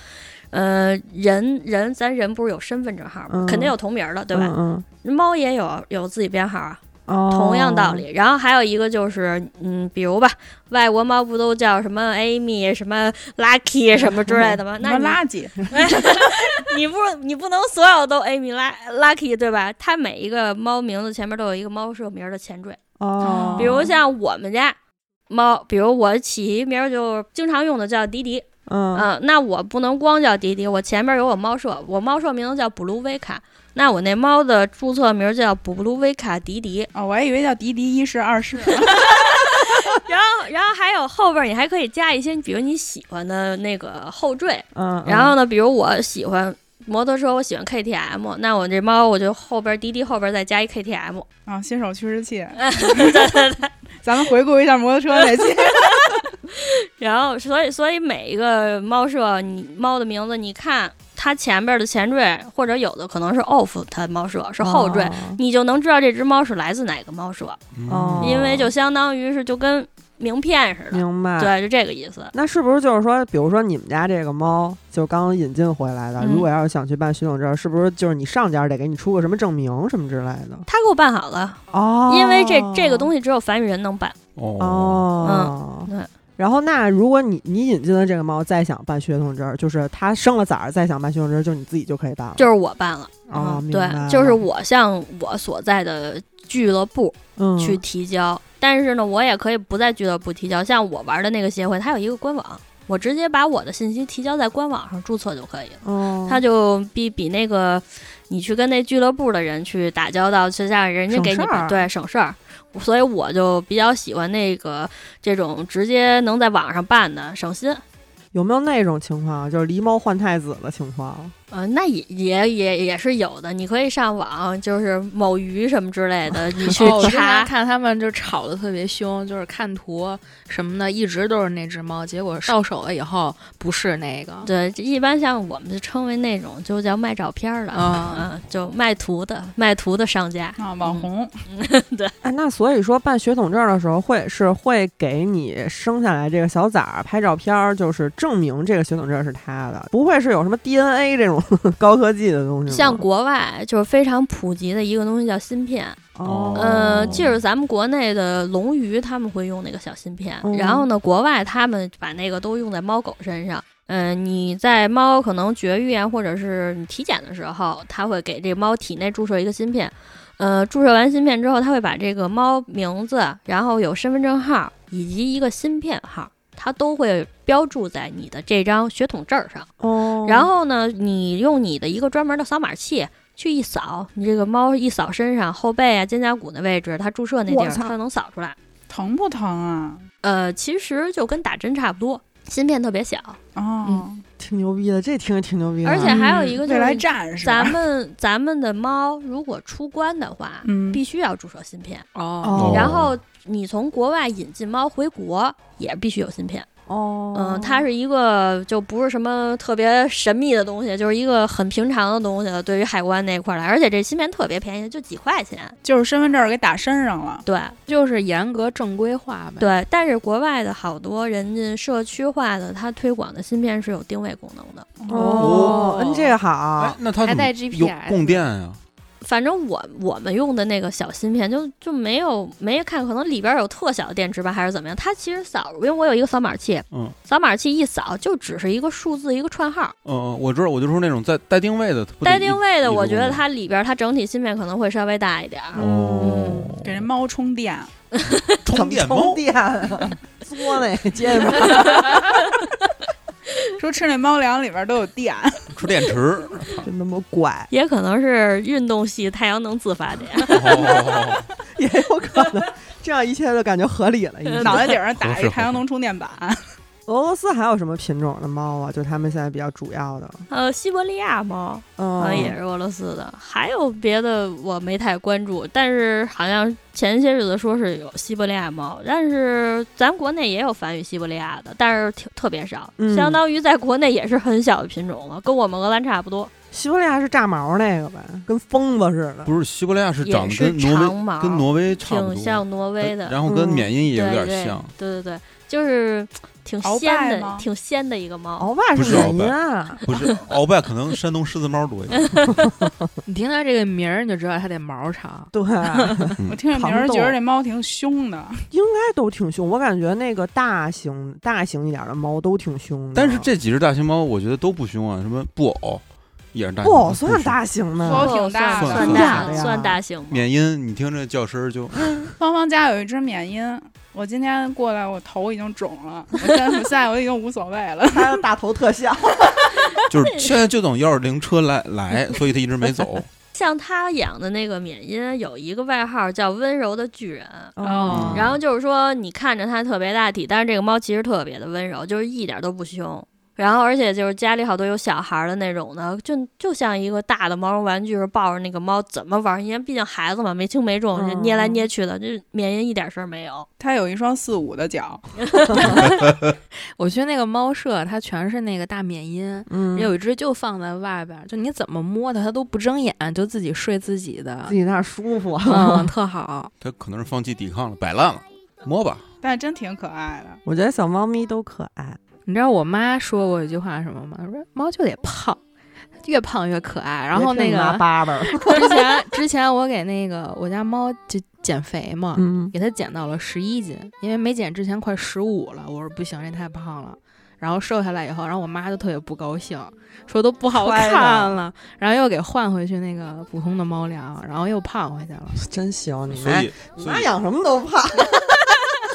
Speaker 5: 呃，人人咱人不是有身份证号吗？
Speaker 1: 嗯
Speaker 5: 肯定有同名的，对吧？
Speaker 1: 嗯
Speaker 5: 猫也有有自己编号啊，
Speaker 1: 嗯哦，
Speaker 5: 同样道理。然后还有一个就是，嗯，比如吧，外国猫不都叫什么 Amy、什么 Lucky 什么之类 的吗？那
Speaker 3: 什
Speaker 5: 你
Speaker 3: 么垃圾，
Speaker 5: 你不你不能所有都 Amy、拉 Lucky 对吧？它每一个猫名字前面都有一个猫舍名的前缀。
Speaker 1: 哦，
Speaker 5: 比如像我们家猫，比如我起一名儿就经常用的叫迪迪，
Speaker 1: 嗯
Speaker 5: 嗯、那我不能光叫迪迪，我前面有我猫舍，我猫舍名字叫布鲁维卡，那我那猫的注册名儿叫布鲁维卡迪迪，
Speaker 3: 哦，我还以为叫迪迪一世二 世，
Speaker 5: 然后然后还有后边儿你还可以加一些，比如你喜欢的那个后缀，
Speaker 1: 嗯，
Speaker 5: 然后呢，比如我喜欢。摩托车，我喜欢 KTM，那我这猫我就后边儿迪迪后边儿再加一 KTM，
Speaker 3: 啊，新手驱驰器，
Speaker 5: 对对对
Speaker 3: 咱们回顾一下摩托车那 期，
Speaker 5: 然后，所以所以每一个猫舍，你猫的名字，你看它前边的前缀，或者有的可能是 off 它猫舍是后缀，
Speaker 1: 哦
Speaker 5: 你就能知道这只猫是来自哪个猫舍，
Speaker 1: 哦
Speaker 4: 嗯
Speaker 5: 因为就相当于是就跟名片似的，
Speaker 1: 明白。
Speaker 5: 对，就这个意思。
Speaker 1: 那是不是就是说，比如说你们家这个猫，就刚引进回来的，
Speaker 5: 嗯
Speaker 1: 如果要是想去办许可证，是不是就是你上家得给你出个什么证明什么之类的？
Speaker 5: 它给我办好了，
Speaker 1: 哦，
Speaker 5: 因为这这个东西只有繁育人能办。
Speaker 4: 哦，
Speaker 1: 哦，
Speaker 5: 嗯对。
Speaker 1: 然后，那如果你你引进的这个猫再想办血统证儿，就是它生了崽儿再想办血统证儿，就你自己就可以办了。
Speaker 5: 就是我办了，
Speaker 1: 哦
Speaker 5: 嗯
Speaker 1: 明白了
Speaker 5: 对，就是我向我所在的俱乐部
Speaker 1: 嗯，
Speaker 5: 去提交，但是呢，我也可以不在俱乐部提交，像我玩的那个协会，它有一个官网，我直接把我的信息提交在官网上注册就可以了。
Speaker 1: 哦，
Speaker 5: 它就比比那个你去跟那俱乐部的人去打交道，就像人家
Speaker 1: 省
Speaker 5: 给
Speaker 1: 事
Speaker 5: 你
Speaker 1: 儿
Speaker 5: 对省事儿，所以我就比较喜欢那个这种直接能在网上办的，省心。
Speaker 1: 有没有那种情况，啊就是狸猫换太子的情况？
Speaker 5: 呃，那也也也也是有的，你可以上网，就是某鱼什么之类的，你去
Speaker 2: 哦，我之前
Speaker 5: 查。
Speaker 2: 看他们就吵得特别凶，就是看图什么的，一直都是那只猫，结果到手了以后不是那个，
Speaker 5: 对，一般像我们就称为那种就叫卖照片儿的，
Speaker 2: 啊
Speaker 5: 嗯，就卖图的，卖图的商家，
Speaker 3: 啊，网红，
Speaker 5: 嗯
Speaker 1: 哎，那所以说办血统证儿的时候会是会给你生下来这个小崽儿拍照片儿，就是证明这个血统证儿是他的，不会是有什么 DNA 这种 高科技的东西吗？
Speaker 5: 像国外就是非常普及的一个东西叫芯片，
Speaker 1: 哦，
Speaker 5: 呃，就是咱们国内的龙鱼他们会用那个小芯片，
Speaker 1: 嗯
Speaker 5: 然后呢，国外他们把那个都用在猫狗身上。嗯、你在猫可能绝育啊，或者是你体检的时候，它会给这个猫体内注射一个芯片。呃，注射完芯片之后，它会把这个猫名字，然后有身份证号以及一个芯片号，它都会标注在你的这张血统证儿上。
Speaker 1: 哦，
Speaker 5: 然后呢，你用你的一个专门的扫码器去一扫，你这个猫一扫身上后背啊、肩胛骨那位置，它注射那地
Speaker 1: 我
Speaker 5: 儿，
Speaker 1: 操
Speaker 5: 它就能扫出来。
Speaker 3: 疼不疼啊？
Speaker 5: 呃，其实就跟打针差不多，芯片特别小，
Speaker 3: 哦，
Speaker 1: 挺牛逼的，这听着挺牛逼的，啊
Speaker 5: 而且嗯还有一嗯个就
Speaker 3: 未来
Speaker 5: 是
Speaker 3: 战士，
Speaker 5: 咱们咱们的猫如果出关的话，
Speaker 3: 嗯，
Speaker 5: 必须要注射芯片，
Speaker 1: 哦
Speaker 2: 哦，
Speaker 5: 然后。你从国外引进猫回国也必须有芯片，
Speaker 1: 哦，
Speaker 5: 嗯，它是一个就不是什么特别神秘的东西，就是一个很平常的东西，对于海关那块儿来，而且这芯片特别便宜，就几块钱，
Speaker 3: 就是身份证儿给打身上
Speaker 4: 哦
Speaker 3: 了，
Speaker 5: 对
Speaker 2: 就是严格正规化呗。
Speaker 5: 对，但是国外的好多人家社区化的，它推广的芯片是有定位功能的。
Speaker 1: 哦，嗯，这个
Speaker 4: 哎
Speaker 1: 好，，
Speaker 4: 那它
Speaker 2: 还
Speaker 4: 怎么
Speaker 2: 带
Speaker 4: 有
Speaker 2: GPS
Speaker 4: 供电啊？
Speaker 5: 反正我我们用的那个小芯片就就没有没看，可能里边儿有特小的电池吧，还是怎么样？它其实扫，因为我有一个扫码器，
Speaker 4: 嗯
Speaker 5: 扫码器一扫就只是一个数字一个串号，
Speaker 4: 嗯嗯，我知道，我就说那种带带定位的，它不得
Speaker 5: 带定位的，
Speaker 4: 一
Speaker 5: 我
Speaker 4: 一直
Speaker 5: 觉得
Speaker 4: 供
Speaker 5: 它里边儿它整体芯片可能会稍微大一点
Speaker 4: 嗯
Speaker 5: 儿。
Speaker 4: 哦，
Speaker 5: 嗯
Speaker 3: 给人猫充电，
Speaker 1: 怎
Speaker 4: 充
Speaker 1: 么
Speaker 4: 电猫
Speaker 1: 充电啊，作呢，接着吧，
Speaker 3: 说吃那猫粮里边儿都有 电，
Speaker 4: 充电池。
Speaker 1: 真他妈怪，
Speaker 5: 也可能是运动系太阳能自发电，
Speaker 4: 哦
Speaker 1: 也有可能，这样一切都感觉合理了，已经
Speaker 5: 嗯
Speaker 3: 脑袋顶上
Speaker 4: 合
Speaker 3: 打
Speaker 4: 适
Speaker 3: 一太阳能充电板，
Speaker 1: 俄罗斯还有什么品种的猫啊？就他们现在比较主要的，
Speaker 5: 呃，西伯利亚猫
Speaker 1: 嗯，
Speaker 5: 好像也是俄罗斯的，还有别的我没太关注，但是好像前些日子说是有西伯利亚猫，但是咱国内也有繁育西伯利亚的，但是挺特别少，
Speaker 1: 嗯
Speaker 5: 相当于在国内也是很小的品种了，跟我们俄兰差不多，
Speaker 1: 西伯利亚是炸毛那个吧，跟疯子似的。
Speaker 4: 不是西伯利亚是长
Speaker 5: 也
Speaker 4: 得
Speaker 5: 是
Speaker 4: 跟挪
Speaker 5: 长
Speaker 4: 威
Speaker 5: 毛，
Speaker 4: 跟挪威差不多，
Speaker 5: 挺像挪威的，
Speaker 4: 然后跟
Speaker 1: 嗯
Speaker 4: 缅因也有
Speaker 5: 对
Speaker 4: 点像。
Speaker 5: 对对对对，就是挺
Speaker 3: 鳌
Speaker 5: 仙
Speaker 3: 拜
Speaker 5: 的
Speaker 3: 吗，
Speaker 5: 挺仙的一个猫。
Speaker 1: 鳌拜
Speaker 4: 不
Speaker 1: 是
Speaker 4: 是
Speaker 1: 缅
Speaker 4: 鳌
Speaker 1: 因
Speaker 4: 拜
Speaker 1: 啊，
Speaker 4: 不是鳌拜，可能山东狮子猫多一 点。
Speaker 2: 你听它这个名儿，你就知道它得毛长。
Speaker 1: 对，应
Speaker 3: 我听着名
Speaker 1: 糖
Speaker 3: 儿
Speaker 1: 豆
Speaker 3: 觉得这猫挺凶的，
Speaker 1: 该都挺凶。我感觉那个大型大型一点的猫都挺凶的，
Speaker 4: 但是这几只大型猫，我觉得都不凶啊，什么布偶也是大型猫，
Speaker 1: 哦不算大型
Speaker 3: 布偶
Speaker 1: 的，
Speaker 3: 挺大
Speaker 5: 算
Speaker 4: 的
Speaker 5: 算
Speaker 4: 挺
Speaker 1: 大
Speaker 5: 大
Speaker 1: 的呀
Speaker 5: 算大型猫。
Speaker 4: 缅因，你听这叫声儿就
Speaker 3: 芳芳家有一只缅因，我今天过来，我头已经肿了，我现在我现在我已经无所谓了。
Speaker 1: 它的大头特像。
Speaker 4: 就是现在就等幺二零车来来，所以它一直没
Speaker 5: 哦
Speaker 4: 走。
Speaker 5: 像他养的那个缅因有一个外号叫温柔的巨人，
Speaker 4: 嗯
Speaker 1: 哦，
Speaker 5: 然后就是说你看着它特别大体，但是这个猫其实特别的温柔，就是一点都不凶。然后，而且就是家里好多有小孩儿的那种的，就就像一个大的毛绒玩具，是抱着那个猫怎么玩儿，因为毕竟孩子嘛，没轻没重，就捏来捏去的，就是缅因一点事儿没有。
Speaker 3: 它有一双四五的脚，
Speaker 2: 我去那个猫舍，它全是那个大缅因，
Speaker 1: 嗯，
Speaker 2: 有一只就放在外边儿，就你怎么摸它，它都不睁眼，就自己睡自己的
Speaker 1: 自，己那儿舒服。
Speaker 2: 嗯，特好。
Speaker 4: 它可能是放弃抵抗了，摆烂了，摸吧。
Speaker 3: 但真挺可爱的。
Speaker 1: 我觉得小猫咪都可爱，
Speaker 2: 你知道我妈说过一句话什么吗？她说猫就得胖，越胖越可爱。然后
Speaker 1: 别
Speaker 2: 那
Speaker 1: 听你妈
Speaker 2: 个
Speaker 1: 叭 叭，
Speaker 2: 之前之前我给那个我家猫就减肥嘛，
Speaker 1: 嗯，
Speaker 2: 给它减到了十一斤，因为没减之前快十五了，我说不行，这太胖了。然后瘦下来以后，然后我妈就特别不高兴，说都不好
Speaker 1: 摔的
Speaker 2: 看了，然后又给换回去那个普通的猫粮，然后又胖回去了。
Speaker 1: 真行，你
Speaker 4: 所
Speaker 1: 妈
Speaker 4: 以，
Speaker 1: 你
Speaker 4: 所
Speaker 1: 妈
Speaker 4: 以，
Speaker 1: 养什么都怕。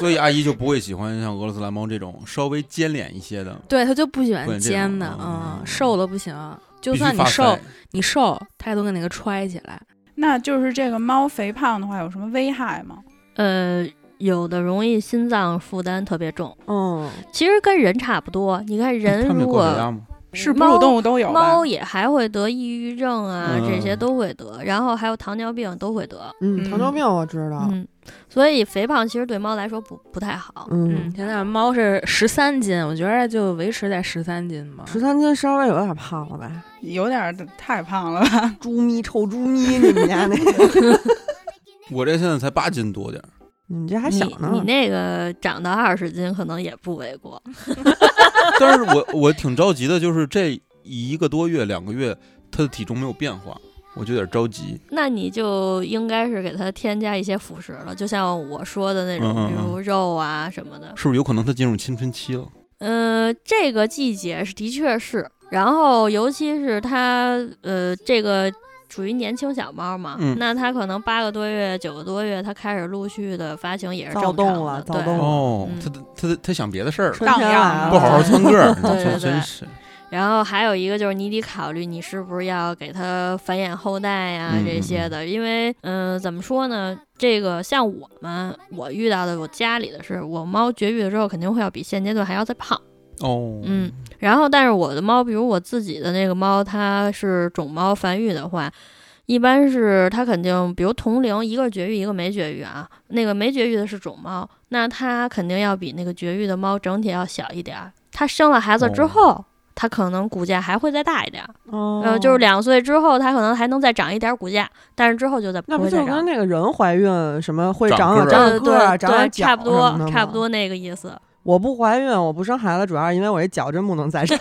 Speaker 4: 所以阿姨就不会喜欢像俄罗斯蓝猫这种稍微尖脸一些的，
Speaker 2: 对，它就不喜欢
Speaker 4: 不能这样
Speaker 2: 尖的，
Speaker 4: 嗯
Speaker 2: 嗯，瘦了不行，就
Speaker 4: 必须
Speaker 2: 算你
Speaker 4: 发
Speaker 2: 瘦
Speaker 4: 腮，。
Speaker 2: 你瘦，它都给那个揣起来。
Speaker 3: 那就是这个猫肥胖的话有什么危害吗？
Speaker 5: 呃，有的容易心脏负担特别重，
Speaker 1: 嗯，
Speaker 5: 其实跟人差不多。你看人
Speaker 4: 他们
Speaker 5: 如
Speaker 4: 有高血
Speaker 5: 果
Speaker 4: 压吗？
Speaker 3: 是哺乳动物都有吧
Speaker 5: 猫？也还会得抑郁症啊，
Speaker 4: 嗯
Speaker 5: 这些都会得，然后还有糖尿病都会得。
Speaker 1: 嗯，
Speaker 3: 嗯
Speaker 1: 糖尿病我知道，
Speaker 5: 嗯，所以肥胖其实对猫来说不不太好。
Speaker 1: 嗯，
Speaker 2: 现在猫是十三斤，我觉得就维持在十三斤吧。
Speaker 1: 十三斤稍微有点胖了吧？
Speaker 3: 有点儿太胖了吧？
Speaker 1: 猪咪臭猪咪，你们家那，
Speaker 4: 我这现在才八斤多点儿，
Speaker 1: 你们这还
Speaker 5: 你
Speaker 1: 小呢
Speaker 5: 你，那个长到二十斤可能也不为过。
Speaker 4: 但是我我挺着急的，就是这一个多月、两个月，它的体重没有变化，我就有点着急。
Speaker 5: 那你就应该是给它添加一些辅食了，就像我说的那种，
Speaker 4: 嗯嗯嗯
Speaker 5: 比如肉啊什么的。
Speaker 4: 是不是有可能它进入青春期了？
Speaker 5: 呃，这个季节是的确是，然后尤其是它呃这个属于年轻小猫嘛，
Speaker 4: 嗯
Speaker 5: 那它可能八个多月、九个多月，它开始陆续的发情也是
Speaker 1: 躁
Speaker 5: 正
Speaker 1: 动
Speaker 5: 常
Speaker 1: 了
Speaker 5: 的，
Speaker 1: 躁
Speaker 5: 对
Speaker 1: 动了
Speaker 4: 哦
Speaker 5: 嗯，
Speaker 4: 它它它想别的事儿了，
Speaker 1: 春天来了，
Speaker 4: 不好好
Speaker 5: 对
Speaker 4: 窜个儿，
Speaker 5: 对对
Speaker 4: 真是
Speaker 5: 然后还有一个就是你得考虑你是不是要给它繁衍后代呀、
Speaker 4: 嗯
Speaker 5: 这些的，因为嗯、呃怎么说呢？这个像我们我遇到的，我家里的是我猫绝育了之后肯定会要比现阶段还要再胖，
Speaker 4: 哦，
Speaker 5: 嗯，然后但是我的猫，比如我自己的那个猫，它是种猫繁育的话。一般是它肯定，比如同龄一个绝育，一个没绝育啊。那个没绝育的是种猫，那它肯定要比那个绝育的猫整体要小一点儿。它生了孩子之
Speaker 4: 哦
Speaker 5: 后，它可能骨架还会再大一点儿。
Speaker 1: 哦，
Speaker 5: 呃，就是。两岁之后，它可能还能再长一点骨架，但是之后就再
Speaker 1: 那不
Speaker 5: 不会
Speaker 1: 就
Speaker 5: 再
Speaker 1: 跟
Speaker 5: 长。
Speaker 1: 那个人怀孕什么会长
Speaker 4: 长个
Speaker 1: 长长
Speaker 4: 儿
Speaker 5: 呃，
Speaker 1: 个儿、啊
Speaker 5: 对
Speaker 1: 长长
Speaker 5: 对，
Speaker 1: 脚
Speaker 5: 差不
Speaker 1: 什么的
Speaker 5: 多，
Speaker 1: 吗
Speaker 5: 差不。多那个意思。
Speaker 1: 我不怀孕，我不生孩子，主要是因为我这脚真不能再长，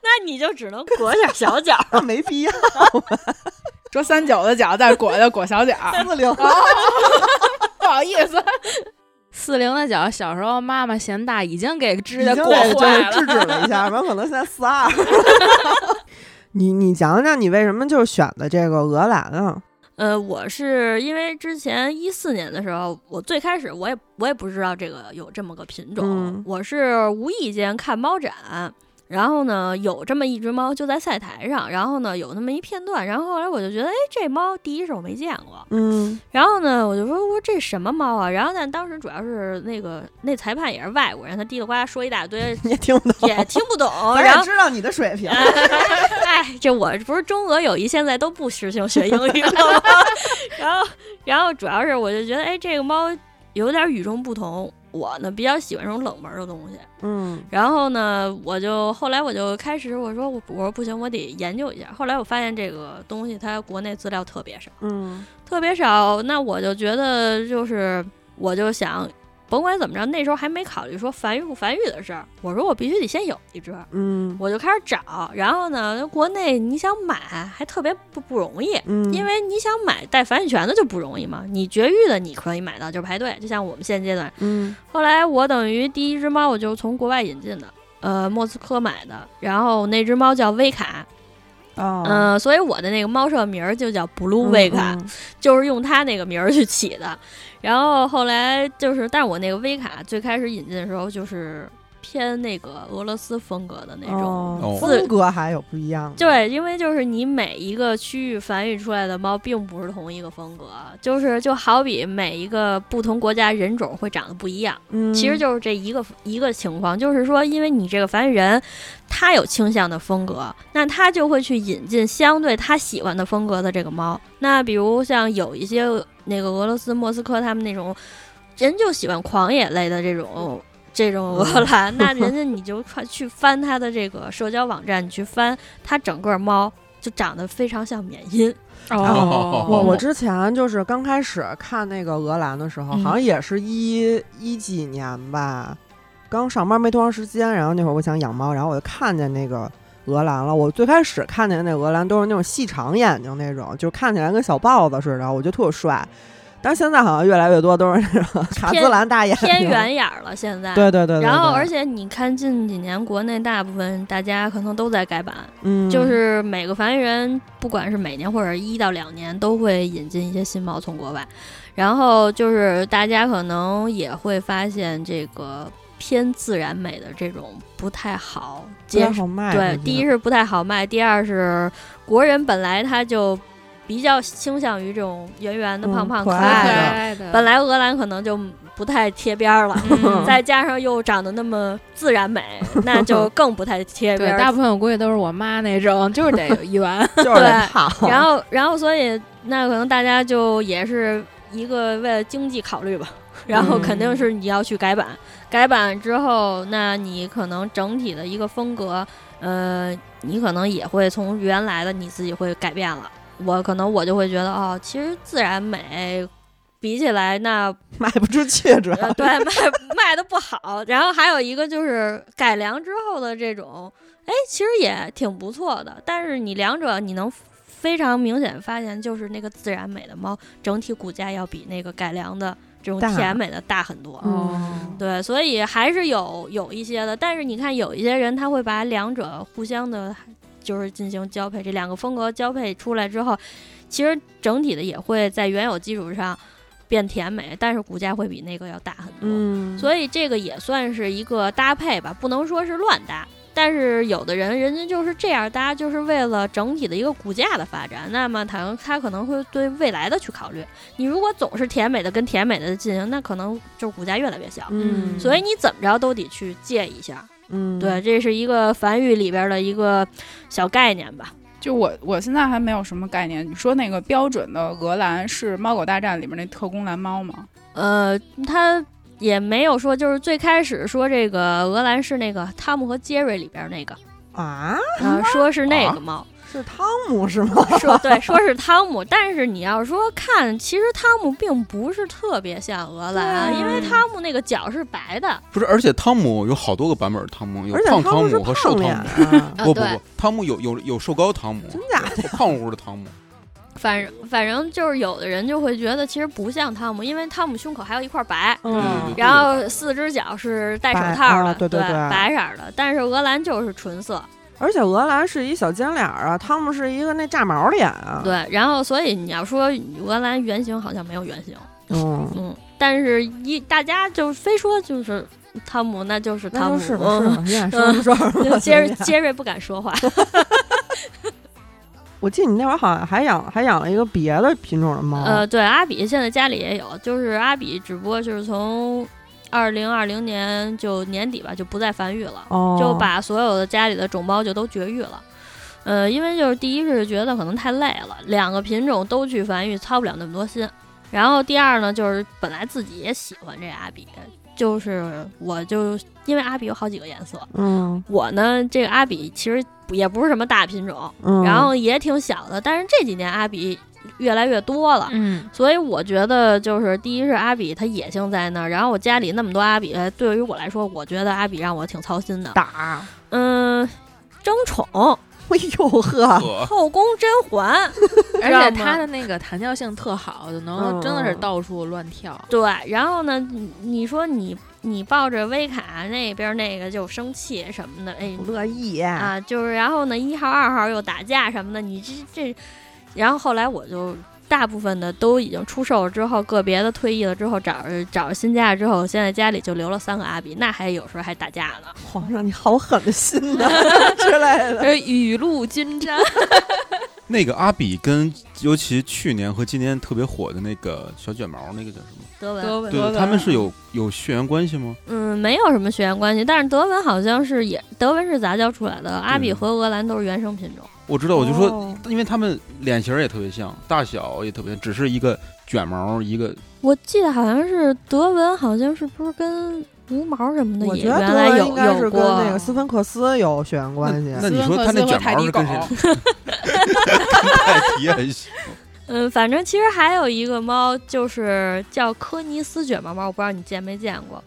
Speaker 5: 那你就只能裹点小脚。
Speaker 1: 没必要。
Speaker 3: 说三九的脚再裹的裹小脚，
Speaker 1: 四零，
Speaker 3: 不好意思，
Speaker 2: 四零的脚，小时候妈妈嫌大，已经给指
Speaker 1: 已
Speaker 2: 甲
Speaker 1: 经
Speaker 2: 裹
Speaker 1: 给
Speaker 2: 坏
Speaker 1: 就是
Speaker 2: 了。
Speaker 1: 制止了一下，然后可能现在四二。 你你讲讲你为什么就是选的这个鹅兰啊？
Speaker 5: 呃，我是因为之前一四年的时候，我最开始我也我也不知道这个有这么个品种，
Speaker 1: 嗯
Speaker 5: 我是无意间看猫展，然后呢，有这么一只猫就在赛台上，然后呢有那么一片段，然后后来我就觉得，哎，这猫第一是我没见过，
Speaker 1: 嗯，
Speaker 5: 然后呢，我就说我说这什么猫啊？然后但当时主要是那个那裁判也是外国人，他叽里呱啦说一大堆
Speaker 1: 也听不懂，
Speaker 5: 也听不懂。
Speaker 1: 咱
Speaker 5: 然
Speaker 1: 也
Speaker 5: 后，
Speaker 1: 知道你的水平，
Speaker 5: 哎，这我不是中俄友谊现在都不实行学英语了吗？然后，然后主要是我就觉得，哎，这个猫有点与众不同。我呢比较喜欢这种冷门的东西，
Speaker 1: 嗯
Speaker 5: 然后呢，我就后来我就开始我说我我说不行，我得研究一下。后来我发现这个东西它国内资料特别少。
Speaker 1: 嗯
Speaker 5: 特别少，那我就觉得就是，我就想，甭管怎么着，那时候还没考虑说繁育不繁育的事儿。我说我必须得先有一只，
Speaker 1: 嗯
Speaker 5: 我就开始找。然后呢，国内你想买还特别不不容易，
Speaker 1: 嗯，
Speaker 5: 因为你想买带繁育权的就不容易嘛。你绝育的你可以买到，就排队，就像我们现阶段。
Speaker 1: 嗯
Speaker 5: 后来我等于第一只猫我就从国外引进的，呃，莫斯科买的，然后那只猫叫威卡，
Speaker 1: 哦，
Speaker 5: 嗯、所以我的那个猫舍名儿就叫 Blue 威卡。
Speaker 1: 嗯，
Speaker 5: 就是用他那个名儿去起的。然后后来就是，但是我那个微卡最开始引进的时候就是偏那个俄罗斯风格的那种。
Speaker 1: 哦
Speaker 4: 自
Speaker 1: 风格还有不一样的，
Speaker 5: 对，因为就是你每一个区域繁育出来的猫并不是同一个风格，就是就好比每一个不同国家人种会长得不一样，
Speaker 1: 嗯
Speaker 5: 其实就是这一个一个情况，就是说，因为你这个繁育人，他有倾向的风格，那他就会去引进相对他喜欢的风格的这个猫。那比如像有一些那个俄罗斯莫斯科他们那种人就喜欢狂野类的这
Speaker 1: 哦
Speaker 5: 种。这种俄 兰，那人家你就看去翻他的这个社交网站，你去翻他整个猫就长得非常像缅因，
Speaker 4: 哦
Speaker 1: 我我之前就是刚开始看那个俄兰的时候，
Speaker 5: 嗯
Speaker 1: 好像也是一一几年吧，刚上班没多长时间，然后那会儿我想养猫，然后我就看见那个俄兰了。我最开始看见那俄兰都是那种细长眼睛那种，就是看起来跟小豹子似的，我觉得特帅。 但是现在好像越来越多都是那种卡
Speaker 5: 偏
Speaker 1: 姿兰大眼睛，
Speaker 5: 偏圆眼儿了。现在，
Speaker 1: 对对对对对。
Speaker 5: 然后，而且你看近几年国内大部分大家可能都在改版，
Speaker 1: 嗯，
Speaker 5: 就是每个繁育人，不管是每年或者一到两年，都会引进一些新猫从国外。然后就是大家可能也会发现这个偏自然美的这种不太好
Speaker 1: 不
Speaker 5: 接
Speaker 1: 太
Speaker 5: 受。
Speaker 1: 好卖。
Speaker 5: 对，第一
Speaker 1: 是
Speaker 5: 是不太好卖，第二是国人本来他就比较倾向于这种圆圆的、
Speaker 1: 嗯
Speaker 5: 胖胖、
Speaker 1: 可
Speaker 5: 可
Speaker 1: 爱
Speaker 5: 爱的。
Speaker 2: 爱的
Speaker 5: 本来俄兰可能就不太贴边儿了，
Speaker 2: 嗯
Speaker 5: 再加上又长得那么自 然美，那就更不太贴
Speaker 2: 对
Speaker 5: 边
Speaker 2: 大
Speaker 5: 儿。
Speaker 2: 部分我估计都是我妈那种，就是得圆
Speaker 1: 就是
Speaker 5: 对
Speaker 1: 胖，
Speaker 5: 然后，然后，所以那可能大家就也是一个为了经济考虑吧。 然后肯定是你要去改版，改版之后，那你可能整体的一个风格，呃，你可能也会从原来的你自己会改变了。我可能我就会觉得，哦，其实自然美比起来，那
Speaker 1: 卖不出去，主
Speaker 5: 呃，
Speaker 1: 要
Speaker 5: 对，卖 卖的不好。然后还有一个就是改良之后的这种，哎，其实也挺不错的。但是你两者你能非常明显发现，就是那个自然美的猫整体骨架要比那个改良的这种
Speaker 1: 大
Speaker 5: 甜美的大很多。
Speaker 2: 哦
Speaker 1: 嗯
Speaker 5: 对，所以还是有有一些的，但是你看有一些人他会把两者互相的，就是进行交配，这两个风格交配出来之后，其实整体的也会在原有基础上变甜美，但是骨架会比那个要大很多。
Speaker 1: 嗯，
Speaker 5: 所以这个也算是一个搭配吧，不能说是乱搭。但是有的人，人家就是这样搭，就是为了整体的一个骨架的发展。那么他他可能会对未来的去考虑。你如果总是甜美的跟甜美的进行，那可能就骨架越来越小。
Speaker 1: 嗯，
Speaker 5: 所以你怎么着都得去借一下。
Speaker 1: 嗯，
Speaker 5: 对，这是一个繁育里边的一个小概念吧。
Speaker 3: 就我我现在还没有什么概念。你说那个标准的鹅蓝是《猫狗大战》里面那特工蓝猫吗？
Speaker 5: 呃，他也没有说，就是最开始说这个俄兰是那个《汤姆和杰瑞》里边那个，
Speaker 1: 啊，
Speaker 5: 呃，说是那
Speaker 4: 啊
Speaker 5: 个猫。
Speaker 1: 是汤姆是吗？
Speaker 5: 说对，说是汤姆，但是你要说看，其实汤姆并不是特别像鹅兰，因为汤姆那个脚是白的。
Speaker 4: 不是，而且汤姆有好多个版本，汤姆 有
Speaker 1: 而且
Speaker 4: 胖
Speaker 1: 汤
Speaker 4: 汤
Speaker 1: 姆是
Speaker 4: 姆和瘦
Speaker 1: 胖
Speaker 4: 汤
Speaker 1: 脸
Speaker 4: 姆。
Speaker 1: 啊，
Speaker 5: 啊
Speaker 4: 不不
Speaker 5: 对
Speaker 4: 不，汤姆有有有瘦高汤姆，
Speaker 1: 真假的？
Speaker 4: 胖乎的汤姆。
Speaker 5: 反正反正就是有的人就会觉得其实不像汤姆，因为汤姆胸口还有一块白，
Speaker 1: 嗯
Speaker 4: 对对
Speaker 5: 然后四只脚是戴手
Speaker 1: 白
Speaker 5: 套的，
Speaker 1: 啊对对
Speaker 5: 对
Speaker 1: 对
Speaker 5: 白色儿的。但是鹅兰就是纯色，
Speaker 1: 而且俄兰是一小尖脸儿啊，汤姆是一个那炸毛脸啊。，
Speaker 5: 对。然后所以你要说鹅兰原型好像没有原型，
Speaker 1: 嗯，
Speaker 5: 嗯，但是一大家就非说就是。汤姆那就是
Speaker 1: 那
Speaker 5: 汤
Speaker 1: 就
Speaker 5: 姆，嗯
Speaker 1: 是吧，是吧，你敢 说就说吧。 我觉得
Speaker 5: 杰瑞杰瑞不敢说话，
Speaker 1: 我记得你那会儿好像还养还养了一个别的品种的猫，
Speaker 5: 呃，对，阿比现在家里也有，就是阿比只不过就是从二零二零年就年底吧，就不再繁育了，
Speaker 1: 哦，
Speaker 5: 就把所有的家里的种猫就都绝育了。呃，因为就是第一是觉得可能太累了，两个品种都去繁育，操不了那么多心。然后第二呢，就是本来自己也喜欢这阿比，就是我就因为阿比有好几个颜色，
Speaker 1: 嗯
Speaker 5: 我呢这个阿比其实也不是什么大品种，
Speaker 1: 嗯，
Speaker 5: 然后也挺小的，但是这几年阿比越来越多了，
Speaker 2: 嗯，
Speaker 5: 所以我觉得就是第一是阿比它野性在那儿，然后我家里那么多阿比，对于我来说，我觉得阿比让我挺操心的。
Speaker 1: 打，
Speaker 5: 嗯，争
Speaker 2: 啊
Speaker 5: 宠、
Speaker 1: 哎呦呵，
Speaker 4: 呵
Speaker 5: 后宫甄嬛，
Speaker 2: 而
Speaker 5: 知道
Speaker 2: 且
Speaker 5: 吗
Speaker 2: 它的那个弹跳性特好，就能
Speaker 1: 嗯
Speaker 2: 真的是
Speaker 1: 嗯
Speaker 2: 到处乱跳。
Speaker 5: 对，然后呢，你你说你你抱着威卡那边那个就生气什么的，哎
Speaker 2: 嗯
Speaker 1: 不乐意，
Speaker 5: 啊，就是然后呢，一号二号又打架什么的，你这这，然后后来我就。大部分的都已经出售了之后，个别的退役了之后，找着找着新家了之后，现在家里就留了三个阿比，那还有时候还打架呢。
Speaker 1: 皇上你好狠的心 呐之类的，
Speaker 2: 这 雨露均沾，
Speaker 4: 那个阿比跟尤其去年和今年特别火的那个小卷毛，那个叫什么？
Speaker 5: 德文，
Speaker 3: 德文
Speaker 4: 对，他们是有有血缘关系吗？
Speaker 5: 嗯，没有什么血缘关系，但是德文好像是也，德文是杂交出来的，阿比和俄兰都是原生品种。
Speaker 4: 我知道，我就说，
Speaker 1: 哦
Speaker 4: 因为他们脸型儿也特别像，大小也特别，只是一个卷毛，一个
Speaker 5: 我记得好像是德文，好像是不是跟无毛什么的
Speaker 1: 我
Speaker 5: 也
Speaker 1: 觉得
Speaker 5: 原
Speaker 1: 德
Speaker 5: 来
Speaker 1: 文
Speaker 5: 有
Speaker 1: 应该是
Speaker 5: 有
Speaker 1: 跟那
Speaker 5: 过嗯
Speaker 1: 个斯芬克斯有血缘关系。啊
Speaker 4: 那你说他那卷毛是跟谁？
Speaker 5: 哦
Speaker 4: 泰迪很像。
Speaker 5: 嗯，反正其实还有一个猫，就是叫科尼斯卷毛猫，我不知道你见没见过。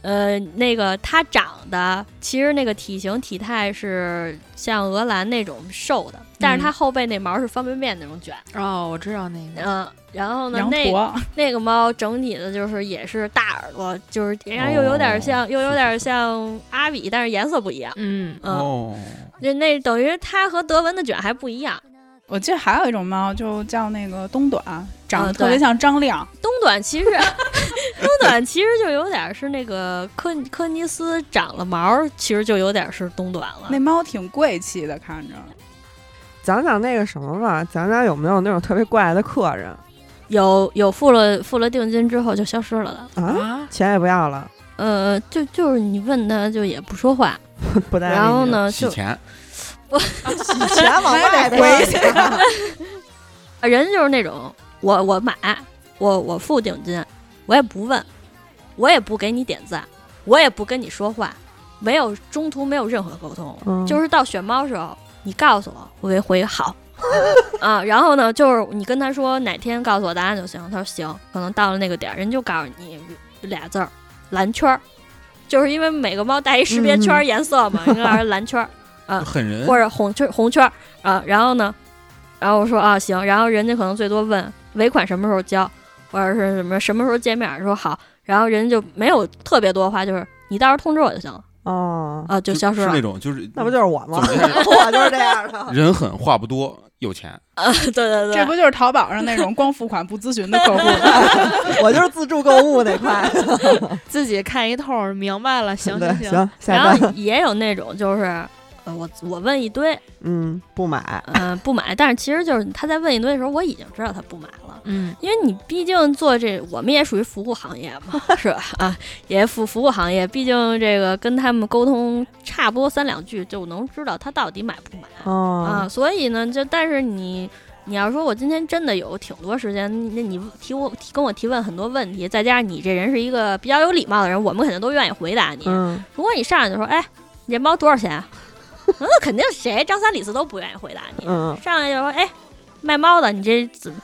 Speaker 5: 呃，那个它长得其实那个体型体态是像鹅兰那种瘦的，
Speaker 3: 嗯
Speaker 5: 但是它后背那毛是方便面那种卷。
Speaker 2: 哦，我知道那个，
Speaker 5: 嗯、然后呢，
Speaker 3: 羊
Speaker 5: 那
Speaker 3: 驼，
Speaker 5: 那个猫整体的就是也是大耳朵，就是然后又有点像，又有点像阿比，但是颜色不一样。
Speaker 2: 嗯，
Speaker 5: 嗯，
Speaker 4: 哦，
Speaker 5: 那、那等于它和德文的卷还不一样。
Speaker 3: 我记得还有一种猫，就叫那个东短，长
Speaker 5: 啊
Speaker 3: 得特别
Speaker 5: 对嗯
Speaker 3: 像张亮。
Speaker 5: 东短其 实，东短其实就有点是那个科科尼斯长了毛，其实就有点是东短了。
Speaker 3: 那猫挺贵气的，看着。
Speaker 1: 讲讲那个什么吧，讲讲有没有那种特别怪的客人
Speaker 5: 有有付了付了定金之后就消失了的。
Speaker 1: 啊？
Speaker 2: 啊，
Speaker 1: 钱也不要了，
Speaker 5: 呃，就就是你问他就也不说话，
Speaker 1: 不带
Speaker 5: 然后
Speaker 1: 理你？
Speaker 5: 呢
Speaker 4: 洗
Speaker 5: 呃就
Speaker 4: 钱，
Speaker 1: 以前往外归去，
Speaker 5: 啊人就是那种我我买，我我付定金，我也不问，我也不给你点赞，我也不跟你说话，没有中途没有任何沟通，
Speaker 1: 嗯
Speaker 5: 就是到选猫时候，你告诉我，我给回个好。 啊，然后呢，就是你跟他说哪天告诉我答案就行。他说行，可能到了那个点儿，人就告诉你俩字儿蓝圈儿，就是因为每个猫带一识别圈儿颜色嘛，应该是蓝圈儿。啊
Speaker 4: 狠人
Speaker 5: 或者红圈红圈儿啊，然后呢，然后我说啊行，然后人家可能最多问尾款什么时候交，或者是什么什么时候见面，说好，然后人家就没有特别多话，就是你到时候通知我就行了
Speaker 1: 哦，
Speaker 5: 啊，就消失
Speaker 4: 是
Speaker 5: 了
Speaker 4: 那。种，就是
Speaker 1: 那不就是我吗？
Speaker 4: 怎么样
Speaker 1: 我就是这样的。
Speaker 4: 人狠话不多，有钱。
Speaker 5: 啊， 对对
Speaker 3: 这
Speaker 5: 对，
Speaker 3: 不就是淘宝上那种光付款不咨询的客户 吗？
Speaker 1: 我就是自助购物那块。
Speaker 2: 自己看一通，明白了，行
Speaker 1: 对，
Speaker 2: 行，
Speaker 1: 行，下
Speaker 5: 然后
Speaker 1: 单。
Speaker 5: 也有那种就是，呃，我我问一堆，
Speaker 1: 嗯，不买。
Speaker 5: 嗯、不买，但是其实就是他在问一堆的时候，我已经知道他不买了。
Speaker 2: 嗯，
Speaker 5: 因为你毕竟做这，我们也属于服务行业 嘛，是吧？啊，也服服务行业，毕竟这个跟他们沟通差不多三两句就能知道他到底买不买、
Speaker 1: 哦，
Speaker 5: 啊。所以呢，就但是你你要说我今天真的有挺多时间，那你提我提跟我提问很多问题，再加上你这人是一个比较有礼貌的人，我们肯定都愿意回答你。
Speaker 1: 嗯，
Speaker 5: 如果你上来就说，哎，你这猫多少钱 啊？那肯定谁张三李四都不愿意回答你。
Speaker 1: 嗯，
Speaker 5: 上来就说：“哎，卖猫的，你这 怎么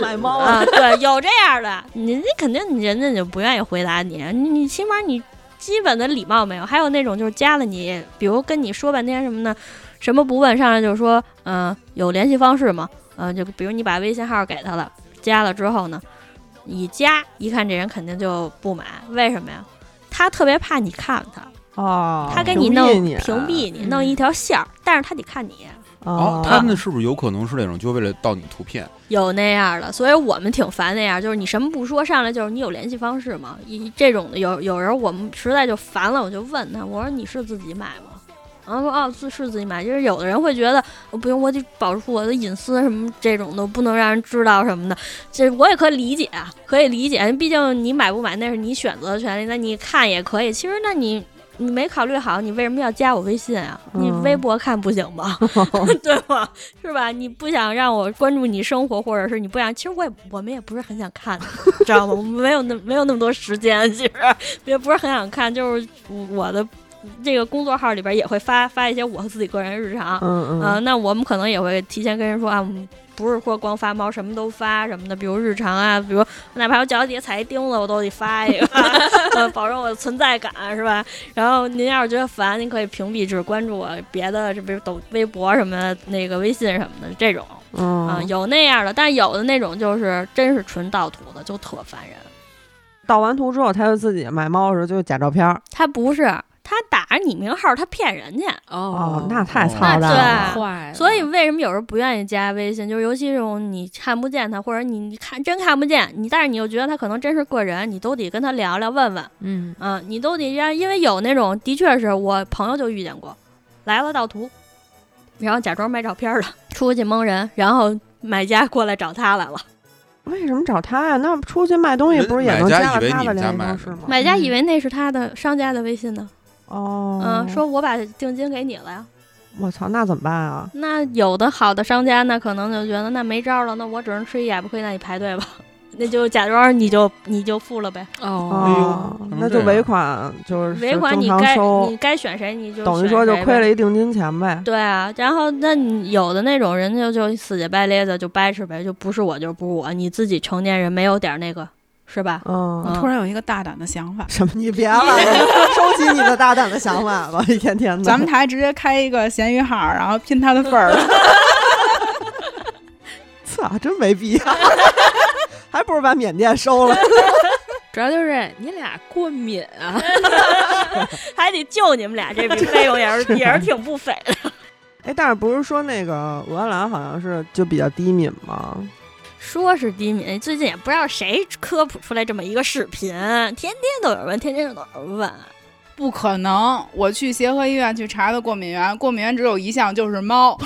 Speaker 1: 卖猫的
Speaker 5: 啊？对，有这样的，你你肯定人家就不愿意回答你，你你起码你基本的礼貌没有。还有那种就是加了你，比如跟你说半天什么呢，什么不问，上来就说，嗯、有联系方式吗？嗯、就比如你把微信号给他了，加了之后呢，你加一看这人肯定就不买，为什么呀？他特别怕你看他，
Speaker 1: 哦，
Speaker 5: 他给你
Speaker 1: 屏蔽
Speaker 5: 弄
Speaker 1: 你
Speaker 5: 屏蔽你，
Speaker 2: 嗯
Speaker 5: 弄一条线儿，但是他得看你。
Speaker 4: 哦
Speaker 1: 啊，，
Speaker 4: 他们是不是有可能是那种就为了盗你图片？
Speaker 5: 有那样的，所以我们挺烦那样，就是你什么不说，上来就是你有联系方式吗？一这种的有有人我们实在就烦了，我就问他，我说你是自己买吗？然后说哦，自是自己买，就是有的人会觉得哦不用，我得保护我的隐私什么这种的，不能让人知道什么的。这我也可以理解，啊可以理解，毕竟你买不买那是你选择的权利，那你看也可以。其实那你你没考虑好，你为什么要加我微信啊？你
Speaker 1: 嗯
Speaker 5: 微博看不行吗？ 对吗？是吧？你不想让我关注你生活，或者是你不想，其实我也我们也不是很想看的， 知道吗？我们没有那没有那么多时间，其实也不是很想看。就是我的这个工作号里边也会发发一些我自己个人日常，
Speaker 1: 嗯
Speaker 5: 啊，
Speaker 1: 嗯
Speaker 5: 那我们可能也会提前跟人说啊，我们不是说光发猫，什么都发什么的，比如日常啊，比如哪怕我脚底下踩一钉子，我都得发 一个，呃保证我的存在感，是吧？然后您要是觉得烦，您可以屏蔽，只关注我别的，这比如抖微博什么的，那个微信什么的这种
Speaker 1: 嗯
Speaker 5: 啊、有那样的，但有的那种就是真是纯盗图的，就特烦人。
Speaker 1: 盗完图之后，他就自己买猫的时候就假照片儿
Speaker 5: 他不是，他打着你名号，他骗人家。
Speaker 1: 哦，那太操蛋
Speaker 5: 那
Speaker 1: 了
Speaker 5: 对。
Speaker 2: 坏了，
Speaker 5: 所以为什么有人不愿意加微信？就是尤其这种你看不见他，或者你你看真看不见你，但是你又觉得他可能真是个人，你都得跟他聊聊问问，
Speaker 2: 嗯，
Speaker 5: 啊，你都得让，因为有那种的确是我朋友就遇见过，来了盗图，然后假装卖照片的，出去蒙人，然后买家过来找他来了，
Speaker 1: 为什么找他呀？那出去卖东西不是也能
Speaker 4: 人
Speaker 1: 加
Speaker 4: 买家以
Speaker 1: 了
Speaker 4: 为
Speaker 1: 他
Speaker 4: 你
Speaker 1: 的
Speaker 4: 们家
Speaker 1: 联系
Speaker 4: 卖
Speaker 1: 方
Speaker 4: 的
Speaker 1: 式吗？
Speaker 5: 买家以为那是他的商家的微信呢，
Speaker 1: 哦
Speaker 5: 嗯，，说我把定金给你了呀，
Speaker 1: 我操，那怎么办啊？
Speaker 5: 那有的好的商家呢，可能就觉得那没招了，那我只能吃一哑巴亏，那你排队吧， 那就假装你就你就付了呗，
Speaker 2: 哦，
Speaker 1: 哦
Speaker 4: 哎呦，
Speaker 1: 那
Speaker 4: 怎么这
Speaker 1: 就
Speaker 4: 样
Speaker 1: 尾款就是
Speaker 5: 尾款
Speaker 1: 正
Speaker 5: 你
Speaker 1: 常
Speaker 5: 该
Speaker 1: 收
Speaker 5: 你，该选谁你就
Speaker 1: 等于
Speaker 5: 选
Speaker 1: 说就
Speaker 5: 谁
Speaker 1: 亏
Speaker 5: 呗。
Speaker 1: 了一定金钱呗。
Speaker 5: 对啊，然后那你有的那种人就就死乞白咧的就掰扯呗，就不是我就不是我，你自己成年人没有点那个是吧？
Speaker 1: 嗯，
Speaker 5: 嗯
Speaker 3: 突然有一个大胆的想法，
Speaker 1: 什么？你别了，收集你的大胆的想法吧，一天天的。
Speaker 3: 咱们台直接开一个闲鱼号，然后拼他的份 儿。
Speaker 1: 操，真没必 要，还不如把缅甸收了。
Speaker 2: 主要就是你俩过敏啊，
Speaker 5: 还得救你们俩，这笔费用也 是
Speaker 1: 啊
Speaker 5: 也是挺不菲的。
Speaker 1: 哎，但是不是说那个俄兰好像是就比较低敏吗？
Speaker 5: 说是低敏，最近也不知道谁科普出来这么一个视频，天天都有人问，天天都有人问。
Speaker 3: 不可能！我去协和医院去查的过敏源，过敏源只有一项，就是猫。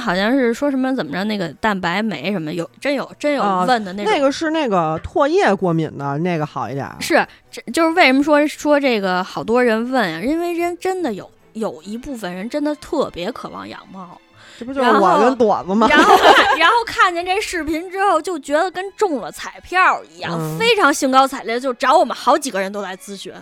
Speaker 5: 好像是说什么怎么着那个蛋白酶什么有真有真有
Speaker 1: 啊
Speaker 5: 问的那种。
Speaker 1: 那个是那个唾液过敏的那个好一点。
Speaker 5: 是，这就是为什么说说这个好多人问啊，因为人真的有有一部分人真的特别渴望养猫，
Speaker 1: 这不就是
Speaker 5: 然
Speaker 1: 我
Speaker 5: 后
Speaker 1: 跟朵子吗？
Speaker 5: 然后看然后看见这视频之后，就觉得跟中了彩票一样，
Speaker 1: 嗯
Speaker 5: 非常兴高采烈，就找我们好几个人都来咨询。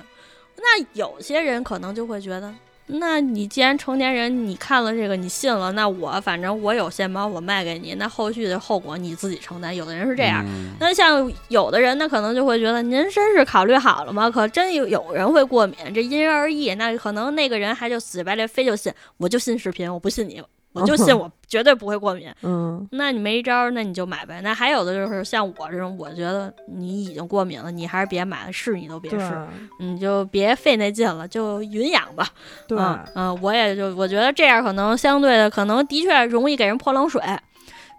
Speaker 5: 那有些人可能就会觉得。那你既然成年人，你看了这个，你信了，那我反正我有现猫，我卖给你，那后续的后果你自己承担。有的人是这样，
Speaker 4: 嗯
Speaker 5: 那像有的人呢，可能就会觉得您真是考虑好了吗？可真有有人会过敏，这因人而异。那可能那个人还就死乞白赖非就信，我就信视频，我不信你，我就信我绝对不会过敏。
Speaker 1: 嗯，
Speaker 5: 那你没招儿，那你就买呗。那还有的就是像我这种，我觉得你已经过敏了，你还是别买了，试你都别
Speaker 1: 对
Speaker 5: 试，你就别费那劲了，就云养吧。
Speaker 1: 对，
Speaker 5: 嗯嗯，我也就我觉得这样可能相对的，可能的确容易给人泼冷水，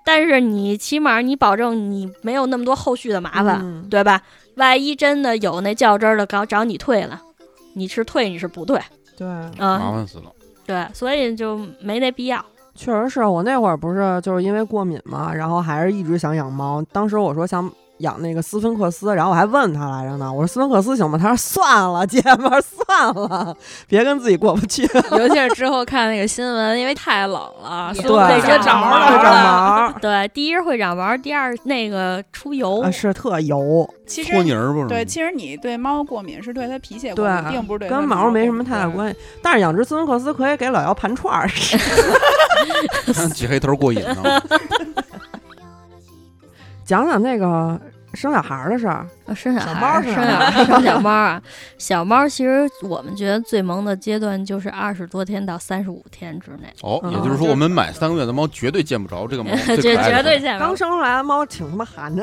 Speaker 5: 但是你起码你保证你没有那么多后续的麻烦，
Speaker 1: 嗯
Speaker 5: 对吧？万一真的有那较真儿的搞找你退了，你是退你是不退
Speaker 1: 对，
Speaker 5: 啊、
Speaker 4: 麻烦死了。
Speaker 5: 对，所以就没那必要。
Speaker 1: 确实是我那会儿不是就是因为过敏嘛，然后还是一直想养猫。当时我说想养那个斯芬克斯，然后我还问他来着呢，我说斯芬克斯行吗？他说算了，姐们儿算了，别跟自己过不去，
Speaker 2: 尤其是之后看那个新闻，因为太冷了，
Speaker 5: 对
Speaker 2: 所以被
Speaker 5: 这
Speaker 2: 蛰
Speaker 5: 长
Speaker 2: 着
Speaker 5: 毛
Speaker 1: 毛
Speaker 5: 了
Speaker 1: 会长
Speaker 2: 了。
Speaker 1: 毛儿。
Speaker 5: 对，第一是会长毛儿，第二那个出油。
Speaker 1: 啊，是特油，
Speaker 3: 其实
Speaker 4: 搓泥儿不是？
Speaker 3: 对，，其实你对猫过敏是对它脾气过敏，
Speaker 1: 对啊
Speaker 3: 并不是对它
Speaker 1: 跟
Speaker 3: 皮
Speaker 1: 毛
Speaker 3: 屑
Speaker 1: 没什
Speaker 3: 过
Speaker 1: 么
Speaker 3: 敏
Speaker 1: 太大。关系。但是养只斯芬克斯可以给老姚盘串儿，
Speaker 4: 挤黑头过瘾呢。
Speaker 1: 讲讲那个生小孩儿的事儿。
Speaker 5: 呃生小
Speaker 1: 小
Speaker 5: 孩
Speaker 1: 猫
Speaker 5: 儿，
Speaker 1: 是
Speaker 5: 生
Speaker 1: 吧
Speaker 5: 小孩儿生小猫儿啊，小猫儿其实我们觉得最萌的阶段就是二十多天到三十五天之内，
Speaker 4: 哦，
Speaker 1: 嗯
Speaker 4: 也就是说，我们买三个月的猫绝对见不着这个猫，
Speaker 5: 这
Speaker 4: 最可爱
Speaker 5: 绝
Speaker 4: 的
Speaker 5: 对见不着
Speaker 1: 刚生出来的猫挺他妈寒碜，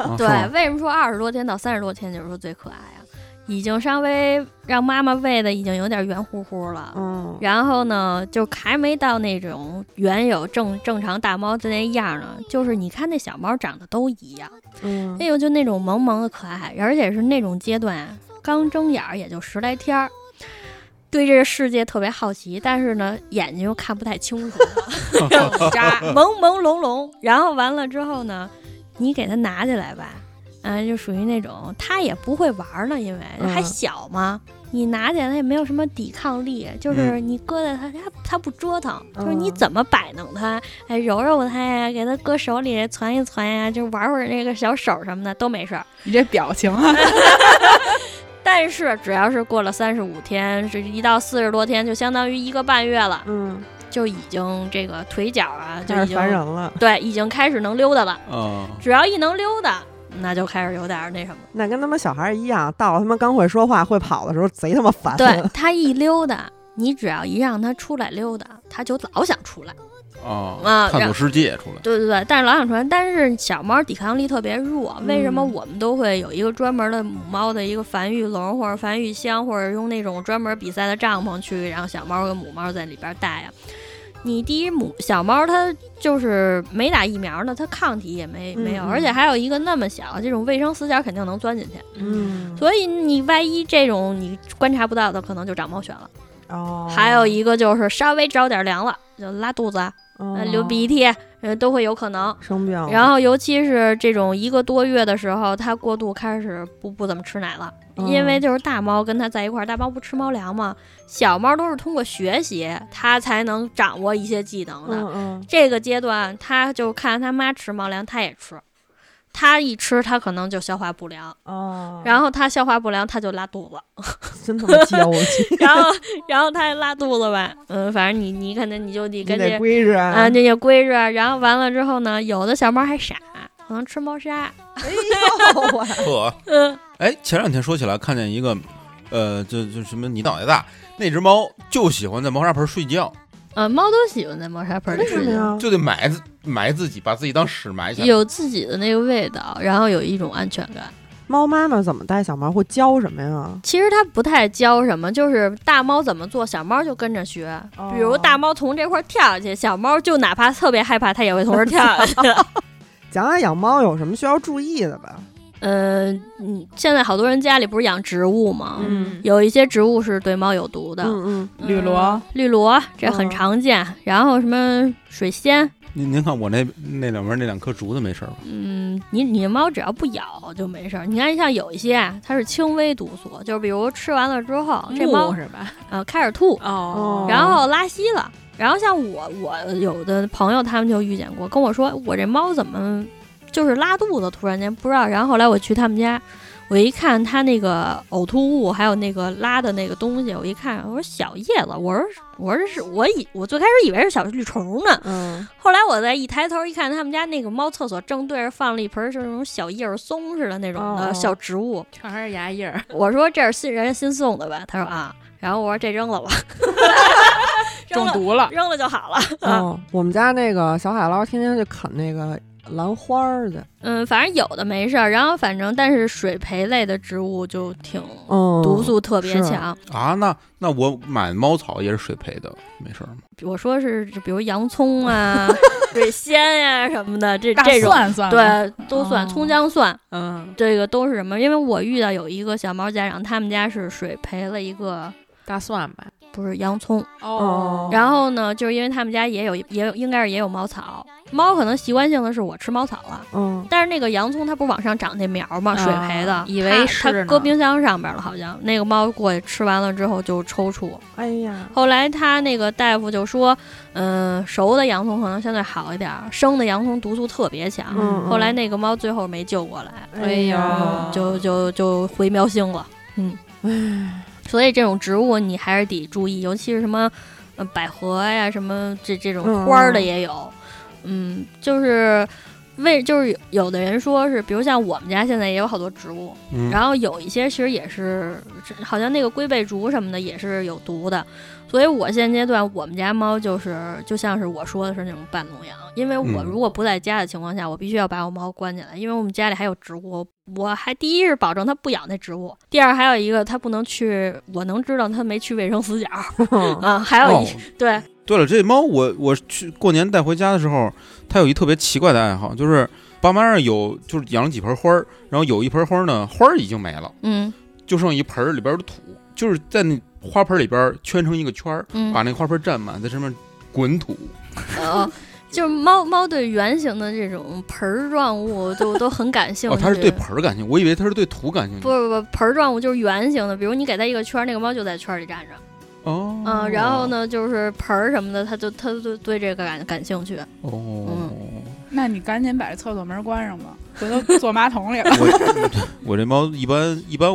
Speaker 4: 啊是
Speaker 5: 对，
Speaker 4: 吗
Speaker 5: 为什么说二十多天到三十多天就是说最可爱啊？已经稍微让妈妈喂的已经有点圆乎乎了。
Speaker 1: 嗯，
Speaker 5: 然后呢，就还没到那种原有正正常大猫的那样呢，就是你看那小猫长得都一样，
Speaker 1: 嗯
Speaker 5: 哎呦就那种萌萌的可爱，而且是那种阶段啊刚睁眼儿也就十来天儿，对这个世界特别好奇，但是呢眼睛又看不太清楚 了， 渣朦朦胧胧，然后完了之后呢，你给它拿起来吧。嗯，就属于那种它也不会玩儿呢，因为还
Speaker 1: 嗯
Speaker 5: 小嘛，你拿起来它也没有什么抵抗力，就是你搁在它，它它不折腾，就是你
Speaker 1: 嗯
Speaker 5: 怎么摆弄它，哎，揉揉它呀，给它搁手里攒一攒呀，就玩会儿那个小手什么的都没事儿。
Speaker 3: 你这表情啊，
Speaker 5: 但是只要是过了三十五天，这一到四十多天，就相当于一个半月了，
Speaker 1: 嗯，
Speaker 5: 就已经这个腿脚啊，就
Speaker 1: 开
Speaker 5: 已
Speaker 1: 始烦人
Speaker 5: 经
Speaker 1: 了。
Speaker 5: 对，已经开始能溜达了。
Speaker 4: 啊，
Speaker 5: 只要一能溜达，那就开始有点儿那什么。
Speaker 1: 那跟他妈小孩儿一样，到了他妈刚会说话、会跑的时候，贼他妈烦。
Speaker 5: 对，它一溜达，你只要一让它出来溜达，它就老想出来。
Speaker 4: 啊
Speaker 5: 啊
Speaker 4: 探索
Speaker 5: 让
Speaker 4: 世界出来，
Speaker 5: 对对对，但是老想出来，但是小猫抵抗力特别弱。为什么
Speaker 1: 嗯
Speaker 5: 我们都会有一个专门的母猫的一个繁育笼或者繁育箱，或者用那种专门比赛的帐篷去让小猫跟母猫在里边待呀？你第一母小猫它就是没打疫苗呢，它抗体也没没有，
Speaker 1: 嗯嗯
Speaker 5: 而且还有一个那么小，这种卫生死角肯定能钻进去。
Speaker 1: 嗯，
Speaker 5: 所以你万一这种你观察不到的，可能就长猫癣了。
Speaker 1: 哦，
Speaker 5: 还有一个就是稍微着点凉了，就拉肚子啊、呃
Speaker 1: 哦
Speaker 5: 流鼻涕，呃，都会有可能。
Speaker 1: 生病了，
Speaker 5: 然后，尤其是这种一个多月的时候，它过度开始不不怎么吃奶了，因为
Speaker 1: 嗯
Speaker 5: 就是大猫跟它在一块儿，大猫不吃猫粮嘛，小猫都是通过学习它才能掌握一些技能的。
Speaker 1: 嗯嗯
Speaker 5: 这个阶段，它就看它妈吃猫粮，它也吃，它一吃它可能就消化不良，
Speaker 1: 哦，
Speaker 5: 然后它消化不良它就拉肚子。
Speaker 1: 真他妈娇啊气，
Speaker 5: 然后然后他拉肚子吧，嗯，反正你你可能你就得
Speaker 1: 你
Speaker 5: 跟这
Speaker 1: 得归着
Speaker 5: 啊这些规矩，然后完了之后呢，有的小猫还傻，可能吃猫砂，
Speaker 1: 哎呦喂，
Speaker 4: 呵，
Speaker 5: 嗯，
Speaker 4: 哎，前两天说起来看见一个，呃，就就什么你脑袋大，那只猫就喜欢在猫砂盆睡觉，
Speaker 2: 嗯
Speaker 5: 呃，猫都喜欢在猫砂盆里
Speaker 1: 为什
Speaker 5: 睡
Speaker 1: 么
Speaker 5: 觉，
Speaker 1: 呀？
Speaker 4: 就得埋自埋自己，把自己当屎埋起来。
Speaker 5: 有自己的那个味道，然后有一种安全感。
Speaker 1: 猫妈妈怎么带小猫？会教什么 呀？
Speaker 5: 其实它不太教什么，就是大猫怎么做，小猫就跟着学。比如
Speaker 1: 哦
Speaker 5: 大猫从这块儿跳下去，小猫就哪怕特别害怕，它也会从这儿 跳下去。
Speaker 1: 讲讲养猫有什么需要注意的吧？
Speaker 5: 呃，嗯，现在好多人家里不是养植物吗？
Speaker 1: 嗯
Speaker 5: 有一些植物是对猫有毒的，
Speaker 1: 嗯嗯，
Speaker 3: 绿萝
Speaker 5: 嗯、绿萝这很
Speaker 1: 嗯
Speaker 5: 常见。然后什么水仙，
Speaker 4: 您您看我那那两边那两棵竹子没事儿吧？
Speaker 5: 嗯，你你的猫只要不咬就没事儿。你看像有一些啊，它是轻微毒素，就是比如吃完了之后，哦这猫
Speaker 2: 木是吧？
Speaker 5: 呃开始吐，
Speaker 2: 哦
Speaker 5: 然后拉稀了。然后像我我有的朋友他们就遇见过，跟我说我这猫怎么就是拉肚子，突然间不知道。然后后来我去他们家。我一看它那个呕吐物，还有那个拉的那个东西，我一看，我说小叶子，我说我说是我以我最开始以为是小绿虫呢，
Speaker 1: 嗯
Speaker 5: 后来我再一抬头一看，他们家那个猫厕所正对着放了一盆儿就是那种小叶儿松似的那种
Speaker 1: 哦
Speaker 5: 的小植物。
Speaker 2: 全是牙印 儿，
Speaker 5: 我说这是新人家新送的吧？他说啊，然后我说这扔了吧， 扔
Speaker 3: 中
Speaker 5: 了
Speaker 3: 毒了，
Speaker 5: 扔了就好了。
Speaker 1: 哦，我们家那个小海捞天天就啃那个兰花儿去，
Speaker 5: 嗯，反正有的没事儿，然后反正但是水培类的植物就挺
Speaker 1: 嗯，
Speaker 5: 毒素特别
Speaker 1: 是
Speaker 5: 强。
Speaker 4: 啊，那那我买猫草也是水培的，没事儿吗？
Speaker 5: 我说是比如洋葱啊、水仙呀、什么的，这
Speaker 3: 大
Speaker 5: 这种
Speaker 3: 蒜蒜吗，
Speaker 5: 对都算
Speaker 3: 哦
Speaker 5: 葱姜蒜。
Speaker 2: 嗯，
Speaker 5: 这个都是什么？因为我遇到有一个小猫家长，他们家是水培了一个
Speaker 2: 大蒜吧。
Speaker 5: 不是洋葱，
Speaker 1: 哦
Speaker 5: 然后呢，就是因为他们家也有也有应该是也有猫草，猫可能习惯性的是我吃猫草了，
Speaker 1: 嗯，
Speaker 5: 但是那个洋葱它不是往上长那苗吗？水培的，
Speaker 2: 啊以为
Speaker 5: 它
Speaker 2: 是
Speaker 5: 它
Speaker 2: 呢
Speaker 5: 搁冰箱上边了，好像那个猫过去吃完了之后就抽搐。
Speaker 1: 哎呀，
Speaker 5: 后来他那个大夫就说，嗯、熟的洋葱可能相对好一点儿，生的洋葱毒素特别强。
Speaker 1: 嗯，
Speaker 5: 后来那个猫最后没救过来，
Speaker 1: 哎
Speaker 2: 呀
Speaker 5: 就就就回喵星了。嗯，所以这种植物你还是得注意，尤其是什么，呃，百合呀，什么这这种
Speaker 1: 嗯
Speaker 5: 花儿的也有。嗯，就是为就是有有的人说是，比如像我们家现在也有好多植物，
Speaker 4: 嗯，
Speaker 5: 然后有一些其实也是，好像那个龟背竹什么的也是有毒的，所以我现阶段我们家猫就是就像是我说的是那种半笼养，因为我
Speaker 4: 嗯
Speaker 5: 如果不在家的情况下，我必须要把我猫关起来，因为我们家里还有植物，我还第一是保证它不咬那植物，第二还有一个它不能去，我能知道它没去卫生死角啊，还有
Speaker 4: 哦
Speaker 5: 一、对，
Speaker 4: 对了，这猫我我去过年带回家的时候，它有一特别奇怪的爱好，就是爸妈那儿有就是养了几盆花儿，然后有一盆花儿呢，花儿已经没了，
Speaker 5: 嗯
Speaker 4: 就剩一盆儿里边儿的土，就是在那花盆里边儿圈成一个圈儿，
Speaker 5: 嗯，
Speaker 4: 把那花盆占满，在上面滚土。
Speaker 5: 呃，就是猫猫对圆形的这种盆儿状物就都很感兴
Speaker 4: 哦，
Speaker 5: 趣。
Speaker 4: 它是对盆儿感兴趣，我以为它是对土感兴趣
Speaker 5: 不。是不是盆儿状物就是圆形的，比如你给它一个圈儿，那个猫就在圈儿里站着。
Speaker 4: 哦，
Speaker 5: 嗯，然后？呢就是盆儿什么的，它就它就对这个感感兴趣。
Speaker 4: 哦，。
Speaker 5: 嗯
Speaker 3: 那你赶紧把这厕所门关上吧，回头坐马桶里了
Speaker 4: 我我 这猫一般一般，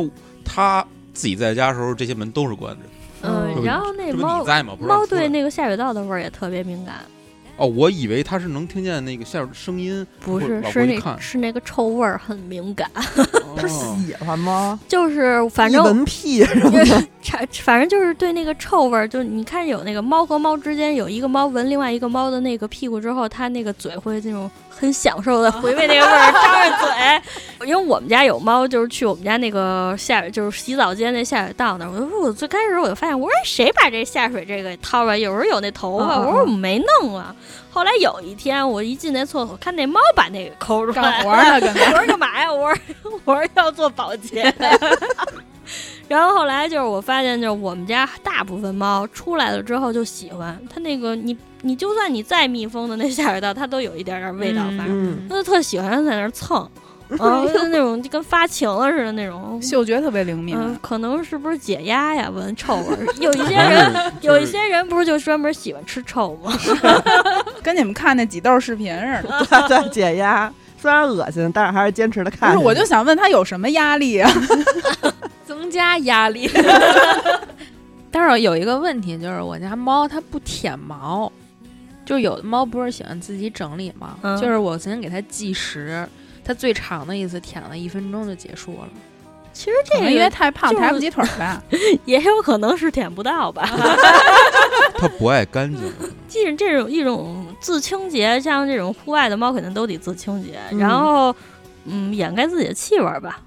Speaker 4: 它自己在家的时候，这些门都是关着的。
Speaker 5: 嗯，
Speaker 1: 嗯
Speaker 5: 然后那
Speaker 4: 哦这不
Speaker 5: 猫
Speaker 4: 你在吗？不让
Speaker 5: 猫
Speaker 4: 出来
Speaker 5: 对那个下水道的味儿也特别敏感，
Speaker 4: 哦，我以为它是能听见那个下水声音，
Speaker 5: 不是
Speaker 4: 往
Speaker 5: 是
Speaker 4: 回一
Speaker 5: 那
Speaker 4: 看
Speaker 5: 是那个臭味儿很敏感，
Speaker 4: 哦
Speaker 1: 它喜欢吗？
Speaker 5: 就是反
Speaker 1: 一
Speaker 5: 正
Speaker 1: 闻屁什么
Speaker 5: 因为
Speaker 1: 的，
Speaker 5: 差反正就是对那个臭味儿，就是你看有那个猫和猫之间有一个猫闻另外一个猫的那个屁股之后，它那个嘴会那种很享受的回味那个味儿，张着嘴。因为我们家有猫，就是去我们家那个下水，就是洗澡间那下水道那儿，我就说我最开始我就发现，我说哎谁把这下水这个掏出来？有时候有那头发，
Speaker 1: 嗯嗯嗯
Speaker 5: 我说我没弄啊。后来有一天我一进那厕所，看那猫把那个抠出来
Speaker 3: 干
Speaker 5: 了，
Speaker 3: 活呢，跟
Speaker 5: 我
Speaker 3: 那
Speaker 5: 说干嘛呀？我说我说要做保洁。 然后后来就是我发现，就是我们家大部分猫出来了之后就喜欢它那个你你就算你再密封的那下水道，它都有一点点味道吧，
Speaker 1: 嗯
Speaker 5: 它就特喜欢在那儿蹭，啊，就是那种就跟发情了似的那种。
Speaker 3: 嗅觉特别灵敏。
Speaker 5: 嗯，可能是不是解压呀？闻臭味儿，有一些
Speaker 4: 反
Speaker 5: 人，
Speaker 4: 正
Speaker 5: 有一些人不是就专门喜欢吃臭吗？
Speaker 3: 跟你们看那几豆视频似
Speaker 5: 嗯
Speaker 3: 的。
Speaker 1: 对对，解压。虽然恶心，但是还是坚持的
Speaker 3: 不
Speaker 1: 看。
Speaker 3: 是，我就想问他有什么压力啊？
Speaker 2: 增加压力。 但是有一个问题就是，我家猫它不舔毛，就有的猫不是喜欢自己整理吗？
Speaker 5: 嗯
Speaker 2: 就是我曾经给它计时，它最长的一次舔了一分钟就结束了。
Speaker 5: 其实这
Speaker 3: 可
Speaker 5: 个
Speaker 3: 能因为太胖
Speaker 5: 就是
Speaker 3: 抬不起腿儿吧。
Speaker 5: 也有可能是舔不到吧。
Speaker 4: 它不爱干 净。
Speaker 5: 即使这种一种自清洁，像这种户外的猫肯定都得自清洁，
Speaker 1: 嗯
Speaker 5: 然后嗯掩盖自己的气味儿吧。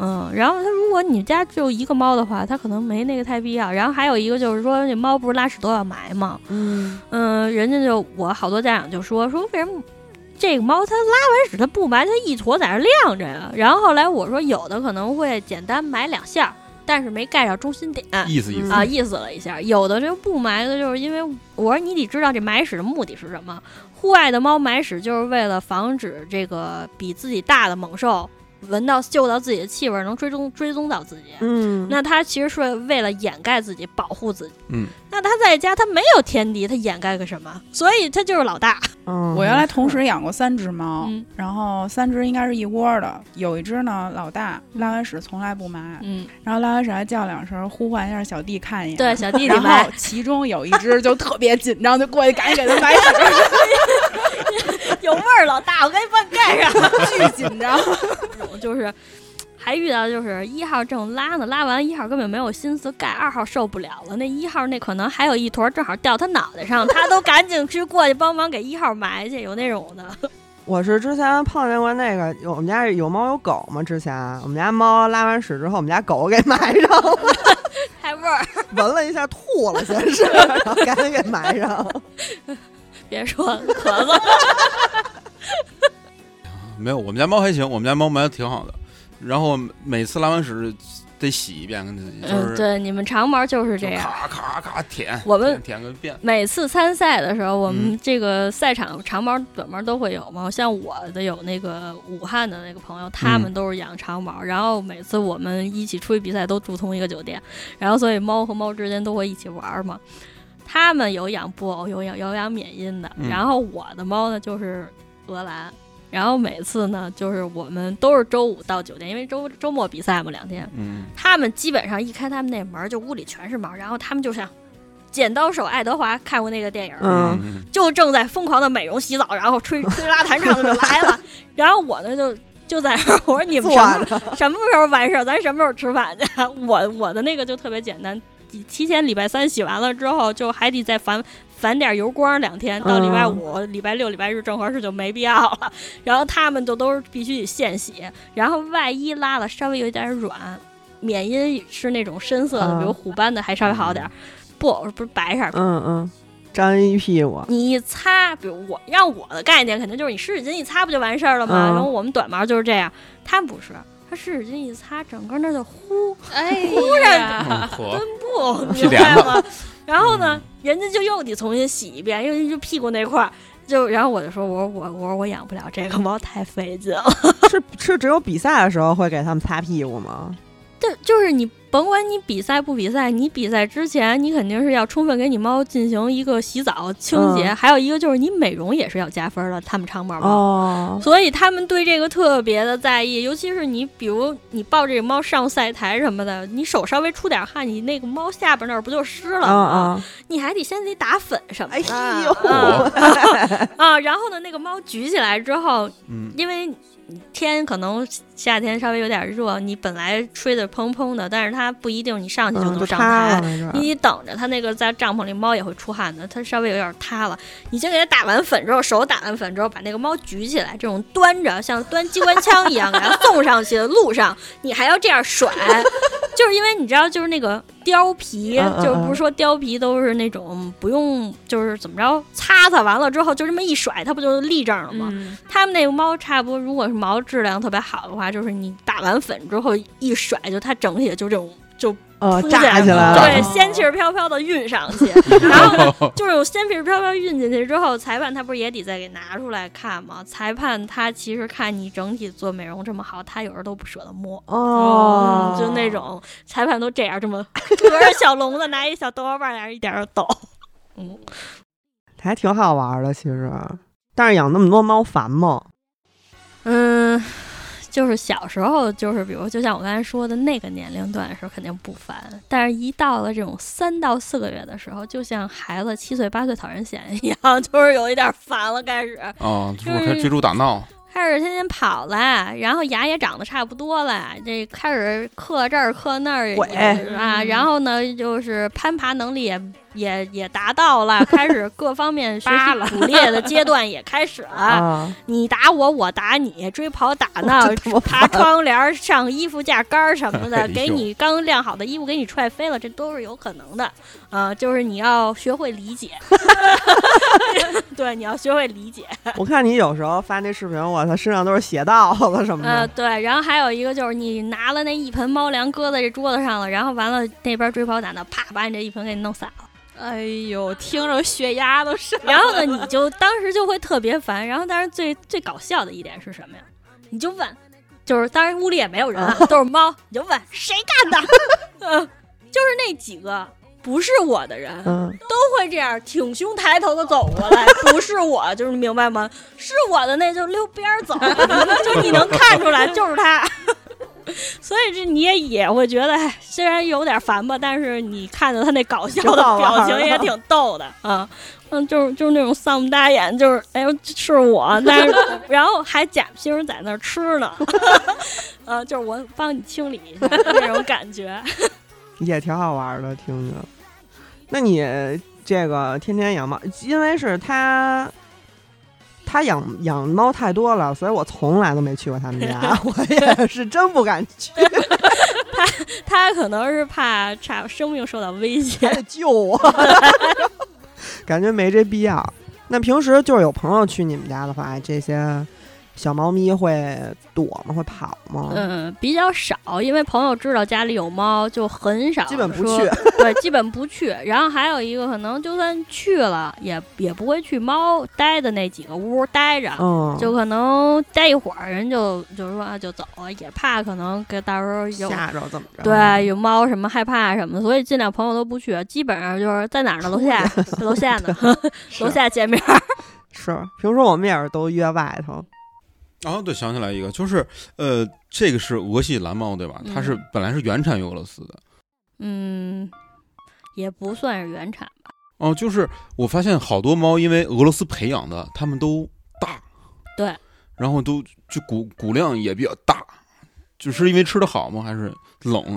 Speaker 5: 嗯，然后它如果你家只有一个猫的话，它可能没那个太必要。然后还有一个就是说，那猫不是拉屎都要埋吗？
Speaker 1: 嗯，
Speaker 5: 嗯，人家就我好多家长就说说为什么这个猫它拉完屎它不埋，它一坨在那儿晾着呀？然后后来我说有的可能会简单埋两下儿，但是没盖上中心点。
Speaker 4: 意思意思
Speaker 5: 啊，意思了一下。有的就不埋的，就是因为我说你得知道这埋屎的目的是什么。户外的猫埋屎就是为了防止这个比自己大的猛兽闻到嗅到自己的气味，能追踪追踪到自己。
Speaker 1: 嗯，
Speaker 5: 那它其实是为了掩盖自己，保护自己。
Speaker 4: 嗯，
Speaker 5: 那它在家它没有天敌，它掩盖个什么？所以它就是老大。
Speaker 1: 嗯
Speaker 3: 我原来同时养过三只猫，
Speaker 5: 嗯
Speaker 3: 然后三只应该是一窝的，有一只呢老大拉完屎从来不埋，
Speaker 5: 嗯，
Speaker 3: 然后拉完屎还叫两声呼唤一下小弟看一眼。
Speaker 5: 对，。小弟弟
Speaker 3: 然
Speaker 5: 埋
Speaker 3: 后。其中有一只就特别紧张，就过去赶紧给它埋屎，
Speaker 5: 有味儿，老大，我给你帮你盖上。
Speaker 3: 巨紧张。
Speaker 5: 就是还遇到就是一号正拉呢，拉完一号根本没有心思盖，二号受不了了，那一号那可能还有一坨正好掉他脑袋上，他都赶紧去过去帮忙给一号埋去，有那种的。
Speaker 1: 我是之前碰见过那个，我们家有猫有狗嘛。之前我们家猫拉完屎之后，我们家狗给埋上了，
Speaker 5: 太味儿，
Speaker 1: 闻了一下吐了，先是，然后赶紧给埋上。
Speaker 5: 别说了咳嗽，
Speaker 4: 没有，我们家猫还行，我们家猫埋的挺好的。然后每次拉完屎得洗一遍，跟自己就是
Speaker 5: 嗯，对，你们长毛就是这
Speaker 4: 就
Speaker 5: 样。
Speaker 4: 咔咔咔舔，
Speaker 5: 我们
Speaker 4: 舔舔个遍。
Speaker 5: 每次参赛的时候，我们
Speaker 4: 嗯
Speaker 5: 这个赛场长毛、短毛都会有嘛。像我的有那个武汉的那个朋友，
Speaker 4: 嗯
Speaker 5: 他们都是养长毛，然后每次我们一起出去比赛都住同一个酒店，然后所以猫和猫之间都会一起玩儿嘛。他们有养布偶，有养有养缅因的，
Speaker 4: 嗯
Speaker 5: 然后我的猫呢就是俄兰。然后每次呢，就是我们都是周五到酒店，因为周周末比赛嘛，两天。
Speaker 4: 嗯，
Speaker 5: 他们基本上一开他们那门儿，就屋里全是毛，然后他们就像《剪刀手爱德华》看过那个电影儿，
Speaker 1: 嗯
Speaker 4: 嗯，
Speaker 5: 就正在疯狂的美容洗澡，然后吹吹拉弹唱的就来了，然后我呢就就在那儿，我说你们
Speaker 1: 做完
Speaker 5: 什么
Speaker 1: 了，
Speaker 5: 什么时候完事儿，咱什么时候吃饭去？ 我我的那个就特别简单，提提前礼拜三洗完了之后，就还得再返返点油光两天，到礼拜
Speaker 1: 嗯
Speaker 5: 五、礼拜六、礼拜日正合适就没必要了。 然后他们就都是必须得现洗，然后外衣拉了稍微有一点软，缅因是那种深色的，
Speaker 1: 嗯
Speaker 5: 比如虎斑的还稍微好点儿，不不是白色儿。
Speaker 1: 嗯嗯，粘一屁股，
Speaker 5: 你一擦，比如我让我的概念肯定就是你湿纸巾一擦不就完事儿了吗？
Speaker 1: 嗯
Speaker 5: 然后我们短毛就是这样，他们不是，他湿纸巾一擦，整个那儿就呼
Speaker 2: 哎
Speaker 5: 呀
Speaker 2: 呀，
Speaker 4: 嗯呵
Speaker 5: 墩布，
Speaker 4: 屁
Speaker 5: 明
Speaker 4: 帘
Speaker 5: 白
Speaker 4: 子
Speaker 5: 吗？然后
Speaker 1: 嗯
Speaker 5: 呢，人家就又得重新洗一遍，因为就屁股那块儿，就然后我就说，我说我我说我养不了这个猫，太费劲了。
Speaker 1: 是是只有比赛的时候会给他们擦屁股吗？
Speaker 5: 对，就是你甭管你比赛不比赛，你比赛之前你肯定是要充分给你猫进行一个洗澡清洁，
Speaker 1: 嗯
Speaker 5: 还有一个就是你美容也是要加分的，他们长毛猫。
Speaker 1: 哦，
Speaker 5: 所以他们对这个特别的在意，尤其是你，比如你抱这个猫上赛台什么的，你手稍微出点汗，你那个猫下边那儿不就湿了
Speaker 1: 啊
Speaker 5: 吗？
Speaker 1: 啊，
Speaker 5: 你还得先得打粉什么
Speaker 1: 哎
Speaker 5: 的。
Speaker 1: 呦，
Speaker 5: 啊啊！然后呢，那个猫举起来之后，
Speaker 4: 嗯，
Speaker 5: 因为天可能夏天稍微有点热，你本来吹的蓬蓬的，但是它不一定你上去就
Speaker 1: 嗯，
Speaker 5: 能
Speaker 1: 就
Speaker 5: 上
Speaker 1: 塌
Speaker 5: 台
Speaker 1: 了。没事儿，
Speaker 5: 你等着它那个在帐篷里，猫也会出汗的，它稍微有点塌了。你先给它打完粉之后，手打完粉之后，把那个猫举起来，这种端着像端机关枪一 样，给它送上去的路上，你还要这样甩， 就是因为你知道，就是那个貂皮
Speaker 1: 嗯，嗯
Speaker 5: 就是不是说貂皮都是那种不用，就是怎么着擦擦完了之后就这么一甩，它不就立正了吗？
Speaker 2: 嗯，
Speaker 5: 他们那个猫差不多，如果是毛质量特别好的话，就是你打完粉之后一甩，就它整体就这种。就
Speaker 1: 呃，
Speaker 5: 扑
Speaker 1: 炸
Speaker 5: 下
Speaker 1: 起来了，
Speaker 4: 炸
Speaker 5: 对，仙气儿飘飘的运上去，
Speaker 4: 嗯
Speaker 5: 然后呢，就是仙气儿飘飘运进去之后，裁判他不是也得再给拿出来看吗？裁判他其实看你整体做美容这么好，他有时候都不舍得摸。
Speaker 1: 哦，
Speaker 5: 嗯，就那种裁判都这样，这么隔着小笼子拿一小豆包棒，俩人一点儿抖。嗯，
Speaker 1: 还挺好玩的，其实。但是养那么多猫烦吗？
Speaker 5: 嗯，就是小时候，就是比如就像我刚才说的那个年龄段的时候，肯定不烦，但是一到了这种三到四个月的时候，就像孩子七岁八岁讨人嫌一样， 就是有一点烦了，开始
Speaker 4: 哦，就是开始追逐打闹，
Speaker 5: 开始天天跑了，然后牙也长得差不多了，这开始刻这儿刻那儿也
Speaker 1: 滚
Speaker 5: 啊，然后呢就是攀爬能力也也也达到了，开始各方面学
Speaker 2: 扒
Speaker 5: 习
Speaker 2: 了
Speaker 5: 捕猎的阶段也开始了。
Speaker 1: 啊，
Speaker 5: 你打我，我打你，追跑打闹
Speaker 1: 这他妈，
Speaker 5: 爬窗帘儿、上衣服架杆儿什么
Speaker 4: 哎
Speaker 5: 的，
Speaker 4: 呦
Speaker 5: 给你刚晾好的衣服给你踹飞了，这都是有可能的。啊，就是你要学会理解，对，你要学会理解。
Speaker 1: 我看你有时候发那视频，我操，身上都是血道子什么
Speaker 5: 呃，
Speaker 1: 的。
Speaker 5: 对，然后还有一个就是你拿了那一盆猫粮搁在这桌子上了，然后完了那边追跑打闹，啪把你这一盆给你弄散了。
Speaker 2: 哎呦，听着血压都上
Speaker 5: 然后呢，你就当时就会特别烦。然后，但是最最搞笑的一点是什么呀？你就问，就是当然屋里也没有人啊，都是猫，你就问谁干的？ 嗯，就是那几个。不是我的人都
Speaker 1: 嗯，
Speaker 5: 会这样挺胸抬头的走过来，不是我，就是明白吗？是我的那就溜边儿走， 就你能看出来就是他。 所以这你也也会觉得，哎虽然有点烦吧，但是你看着他那搞笑的表情也挺逗的啊。嗯，就是就是那种丧不搭眼，就是哎呦是我，但是然后还假惺惺在那儿吃呢， 呃，就是我帮你清理一下那种感觉。
Speaker 1: 也挺好玩的，听着。那你这个天天养猫，因为是他，他养养猫太多了，所以我从来都没去过他们家， 我也是真不敢去，
Speaker 5: 他可能是怕差生命受到威胁
Speaker 1: 还，得救我， 感觉没这必要。那平时就是有朋友去你们家的话，哎这些小猫咪会躲吗？会跑吗？
Speaker 5: 嗯，比较少，因为朋友知道家里有猫，就很少，
Speaker 1: 基本不去，
Speaker 5: 对，基本不去。然后还有一个可能，就算去了，也也不会去猫待的那几个屋待着，
Speaker 1: 嗯，
Speaker 5: 就可能待一会儿，人就就说啊就走了，也怕可能给到时候有
Speaker 1: 吓着怎么着？啊
Speaker 5: 对，有猫什么害怕什么的，所以尽量朋友都不去，基本上就是在哪儿呢？楼 下，楼下呢，
Speaker 1: 是，啊
Speaker 5: 楼下见面儿。
Speaker 1: 是。平时我们也是都约外头，
Speaker 4: 哦，对，想起来一个，就是呃，这个是俄系蓝猫对吧？它是
Speaker 5: 嗯
Speaker 4: 本来是原产于俄罗斯的。
Speaker 5: 嗯，也不算是原产吧。
Speaker 4: 哦，就是我发现好多猫因为俄罗斯培养的，它们都大。
Speaker 5: 对。
Speaker 4: 然后都就骨骨量也比较大，就是因为吃的好吗？还是冷？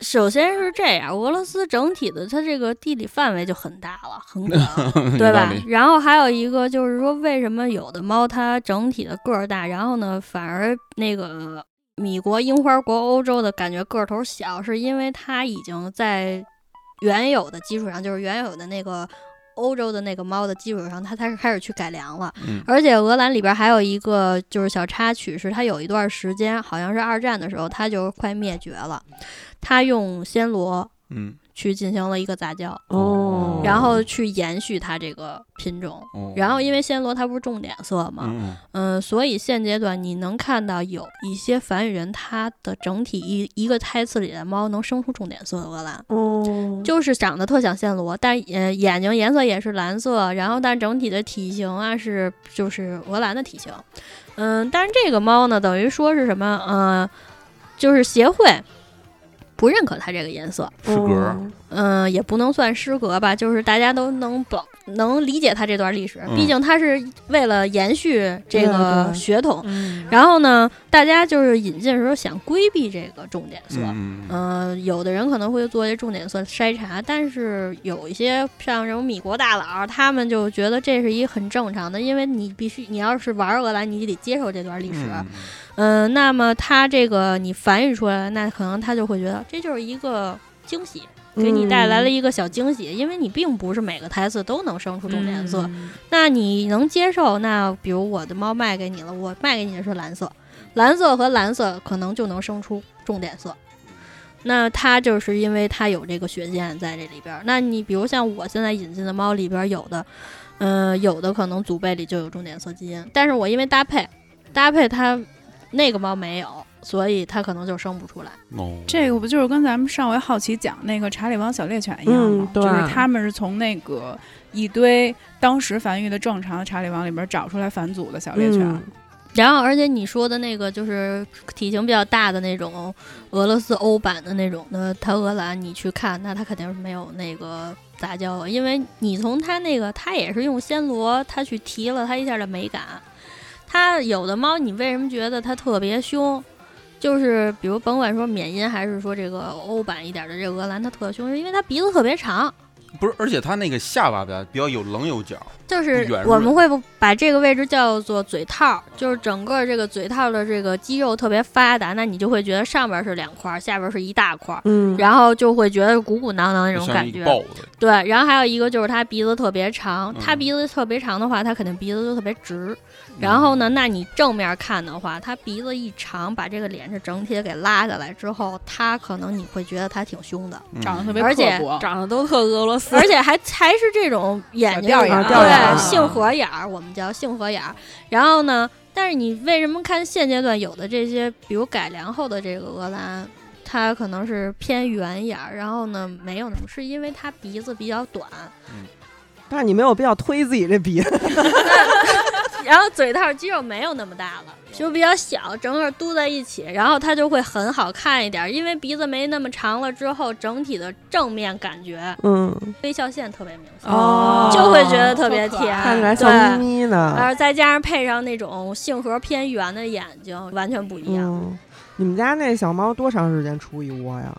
Speaker 5: 首先是这样，俄罗斯整体的它这个地理范围就很大了， 很广，对
Speaker 4: 有道
Speaker 5: 吧
Speaker 4: 理？
Speaker 5: 然后还有一个就是说，为什么有的猫它整体的个儿大，然后呢，反而那个米国、樱花国、欧洲的感觉个头小，是因为它已经在原有的基础上，就是原有的那个欧洲的那个猫的基础上，它才开始去改良了。
Speaker 4: 嗯，
Speaker 5: 而且俄兰里边还有一个就是小插曲，是它有一段时间，好像是二战的时候，它就快灭绝了，它用暹罗
Speaker 4: 嗯，
Speaker 5: 去进行了一个杂交，
Speaker 1: 哦，
Speaker 5: 哦然后去延续它这个品种。
Speaker 4: 哦，
Speaker 5: 然后因为暹罗它不是重点色嘛，
Speaker 4: 嗯，
Speaker 5: 嗯、所以现阶段你能看到有一些繁育人，它的整体一一个胎次里的猫能生出重点色的鹅兰。
Speaker 1: 哦，
Speaker 5: 就是长得特像暹罗，但呃眼睛颜色也是蓝色，然后但整体的体型啊是就是鹅蓝的体型，嗯，但是这个猫呢，等于说是什么，呃，就是协会不认可它这个颜色，
Speaker 4: 适格，
Speaker 5: 嗯，也不能算失格吧，就是大家都能保能理解它这段历史，
Speaker 4: 嗯
Speaker 5: 毕竟它是为了延续这
Speaker 1: 对啊
Speaker 5: 个
Speaker 1: 对
Speaker 5: 血统，
Speaker 2: 嗯，
Speaker 5: 然后呢，大家就是引进的时候想规避这个重点色，
Speaker 4: 嗯嗯
Speaker 5: 嗯，有的人可能会做一些重点色筛查，但是有一些像这种米国大佬，他们就觉得这是一很正常的，因为你必须，你要是玩俄兰，你就得接受这段历史。
Speaker 4: 嗯，
Speaker 5: 嗯、那么他这个你繁育出来，那可能他就会觉得这就是一个惊喜，给你带来了
Speaker 1: 嗯
Speaker 5: 一个小惊喜，因为你并不是每个台词都能生出重点色。那你能接受？那比如我的猫卖给你了，我卖给你的是蓝色，蓝色和蓝色可能就能生出重点色。那它就是因为它有这个血线在这里边儿。那你比如像我现在引进的猫里边儿有的，嗯、有的可能祖辈里就有重点色基因，但是我因为搭配，搭配它那个猫没有，所以它可能就生不出来。
Speaker 4: 哦，
Speaker 3: 这个不就是跟咱们上回好奇讲那个查理王小猎犬一样吗？
Speaker 1: 嗯对
Speaker 3: 就是他们是从那个一堆当时繁育的正常的查理王里边找出来返祖的小猎犬。
Speaker 1: 嗯
Speaker 5: 然后，而且你说的那个就是体型比较大的那种俄罗斯欧版的那种的它俄兰，你去看，那它肯定是没有那个杂交的，因为你从它那个，它也是用暹罗，它去提了它一下的美感。它有的猫，你为什么觉得它特别凶？就是比如甭管说缅因还是说这个欧版一点的这个俄兰，它特凶，是因为它鼻子特别长。
Speaker 4: 不是，而且它那个下巴吧比较有棱有角，
Speaker 5: 就是
Speaker 4: 圆
Speaker 5: 我
Speaker 4: 润
Speaker 5: 们会不把这个位置叫做嘴套，就是整个这个嘴套的这个肌肉特别发达，那你就会觉得上边是两块，下边是一大块，
Speaker 1: 嗯，
Speaker 5: 然后就会觉得鼓鼓囊囊那种
Speaker 4: 像
Speaker 5: 感
Speaker 4: 一个
Speaker 5: 觉。
Speaker 4: 豹子，
Speaker 5: 对，然后还有一个就是它鼻子特别长，它
Speaker 4: 嗯
Speaker 5: 鼻子特别长的话，它肯定鼻子就特别直。然后呢，那你正面看的话，它鼻子一长，把这个脸是整体给拉下来之后，它可能你会觉得它挺凶的。
Speaker 4: 嗯，
Speaker 3: 长得特别
Speaker 5: 而且
Speaker 3: 刻薄，
Speaker 2: 长得都特俄罗 斯，
Speaker 5: 而且还还是这种眼睛
Speaker 3: 小吊眼
Speaker 1: 儿啊
Speaker 5: 对
Speaker 1: 吊眼儿
Speaker 5: 杏核眼儿，我们叫杏核眼儿。然后呢，但是你为什么看现阶段有的这些，比如改良后的这个鹅兰，它可能是偏圆眼儿，然后呢没有那么，是因为它鼻子比较短，
Speaker 1: 但是你没有必要推自己这鼻子，
Speaker 5: 然后嘴套肌肉没有那么大了，就比较小，整个嘟在一起，然后它就会很好看一点儿，因为鼻子没那么长了之后，整体的正面感觉
Speaker 1: 嗯，
Speaker 5: 微笑线特别明显，
Speaker 1: 哦
Speaker 5: 就会觉得特
Speaker 3: 特
Speaker 5: 别
Speaker 3: 可
Speaker 5: 甜，
Speaker 3: 爱
Speaker 1: 看起来
Speaker 5: 对哎
Speaker 1: 像咪咪呢
Speaker 5: 然。后再加上配上那种杏核偏圆的眼睛，完全不一样。
Speaker 1: 嗯，你们家那小猫多长时间出一窝呀？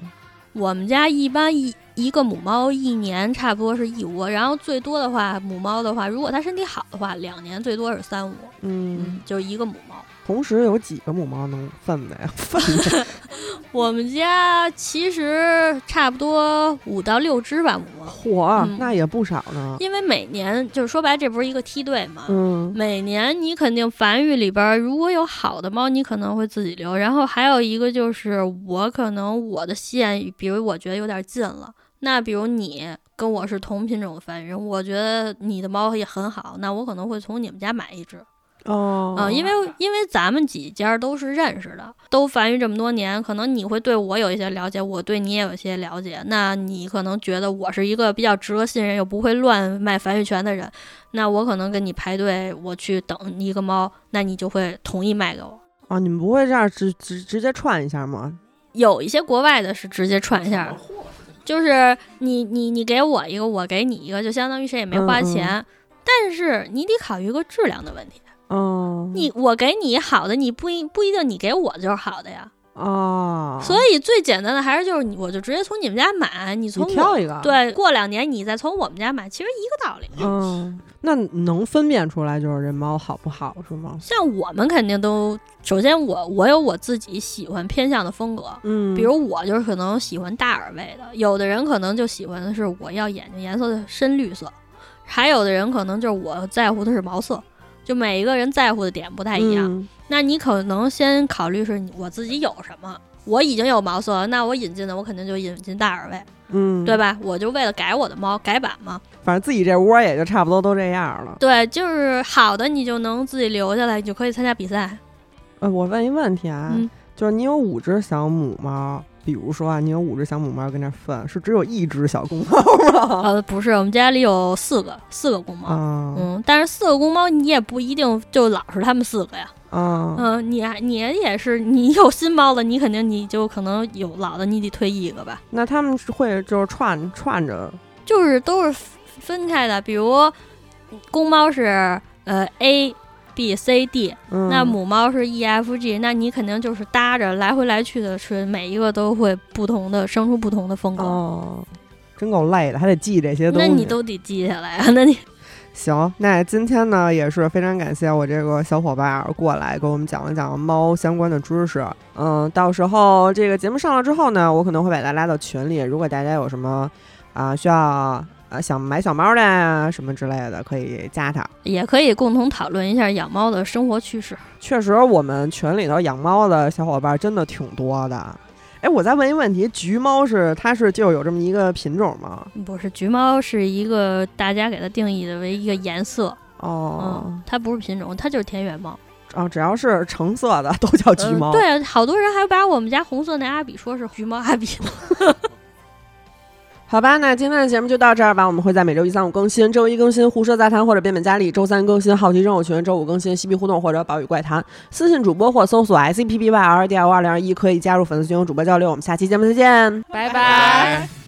Speaker 5: 我们家一般一一个母猫一年差不多是一窝，然后最多的话，母猫的话，如果它身体好的话，两年最多是三窝，
Speaker 1: 嗯，
Speaker 5: 就一个母猫。
Speaker 1: 同时有几个母猫能分 的呀？分的
Speaker 5: 我们家其实差不多五到六只吧母猫，
Speaker 1: 嚯
Speaker 5: 嗯，
Speaker 1: 啊那也不少呢。
Speaker 5: 因为每年就是说白了，这不是一个梯队嘛，
Speaker 1: 嗯，
Speaker 5: 每年你肯定繁育里边儿，如果有好的猫，你可能会自己留。然后还有一个就是，我可能我的线，比如我觉得有点近了，那比如你跟我是同品种的繁育人，我觉得你的猫也很好，那我可能会从你们家买一只。
Speaker 1: 哦，
Speaker 5: 嗯，因为因为咱们几家都是认识的，都繁育这么多年，可能你会对我有一些了解，我对你也有一些了解。那你可能觉得我是一个比较值得信任又不会乱卖繁育权的人，那我可能跟你排队，我去等一个猫，那你就会同意卖给我。
Speaker 1: 啊，你们不会这样直直直接串一下吗？
Speaker 5: 有一些国外的是直接串一下的，就是你你你给我一个，我给你一个，就相当于谁也没花
Speaker 1: 嗯嗯
Speaker 5: 钱。但是你得考虑一个质量的问题。
Speaker 1: 啊、嗯，
Speaker 5: 你我给你好的，你不一不一定你给我就是好的呀。
Speaker 1: 啊，
Speaker 5: 所以最简单的还是就是你，我就直接从你们家买，你从
Speaker 1: 你
Speaker 5: 我
Speaker 1: 挑一个，，
Speaker 5: 对过两年你再从我们家买，其实一个道理。
Speaker 1: 嗯，那能分辨出来就是这猫好不好是吗？
Speaker 5: 像我们肯定都，首先我我有我自己喜欢偏向的风格，
Speaker 1: 嗯，
Speaker 5: 比如我就是可能喜欢大耳位的，有的人可能就喜欢的是我要眼睛颜色的深绿色，还有的人可能就是我在乎的是毛色，就每一个人在乎的点不太一样。
Speaker 1: 嗯
Speaker 5: 那你可能先考虑是你我自己有什么。我已经有毛色了，那我引进的我肯定就引进大耳位，
Speaker 1: 嗯，
Speaker 5: 对？吧？我就为了改我的猫改版嘛。
Speaker 1: 反正自己这窝也就差不多都这样了。
Speaker 5: 对，就是好的你就能自己留下来，你就可以参加比赛。
Speaker 1: 呃，我问一问题啊，
Speaker 5: 嗯
Speaker 1: 就是你有五只小母猫，比如说啊，你有五只小母猫跟那儿分，是只有一只小公猫 吗？
Speaker 5: 呃，不是，我们家里有四个，四个公猫。
Speaker 1: 啊
Speaker 5: 嗯，但是四个公猫你也不一定就老是他们四个呀。
Speaker 1: 啊，
Speaker 5: 嗯，你还你也是，你有新猫了，你肯定你就可能有老的，你得退一个吧。
Speaker 1: 那他们是会就是串串着，
Speaker 5: 就是都是分分开的，比如公猫是呃 A。B、C、D，
Speaker 1: 嗯，
Speaker 5: 那母猫是 E、F、G，、那你肯定就是搭着来回来去的吃，每一个都会不同的生出不同的风格，
Speaker 1: 哦，真够累的，还得记这些东
Speaker 5: 那
Speaker 1: 西。
Speaker 5: 你都得记下来啊。那你
Speaker 1: 行，那今天呢也是非常感谢我这个小伙伴儿过来给我们讲了讲猫相关的知识。嗯，到时候这个节目上了之后呢，我可能会把大家拉到群里，如果大家有什么啊、需要啊、想买小猫的呀什么之类的，可以加他。
Speaker 5: 也可以共同讨论一下养猫的生活趣事。
Speaker 1: 确实，我们群里头养猫的小伙伴儿真的挺多的。哎，我再问一问题，橘猫是它是就有这么一个品种吗？
Speaker 5: 不是，橘猫是一个大家给它定义的为一个颜色，
Speaker 1: 哦，
Speaker 5: 嗯，它不是品种，它就是田园猫。
Speaker 1: 啊，只要是橙色的都叫橘
Speaker 5: 嗯
Speaker 1: 猫。
Speaker 5: 对，好多人还把我们家红色那阿比说是橘猫阿比呢。
Speaker 1: 好吧，那今天的节目就到这儿吧。我们会在每周一、三、五更新，周一更新《胡说杂谈》或者变本加厉，周三更新《好奇生活群》，周五更新《嬉皮互动》或者《宝语怪谈》。私信主播或搜索 E S C P P Y R D L 二零二一，可以加入粉丝群，有主播交流。我们下期节目再见。
Speaker 3: 拜
Speaker 2: 拜拜。
Speaker 3: 拜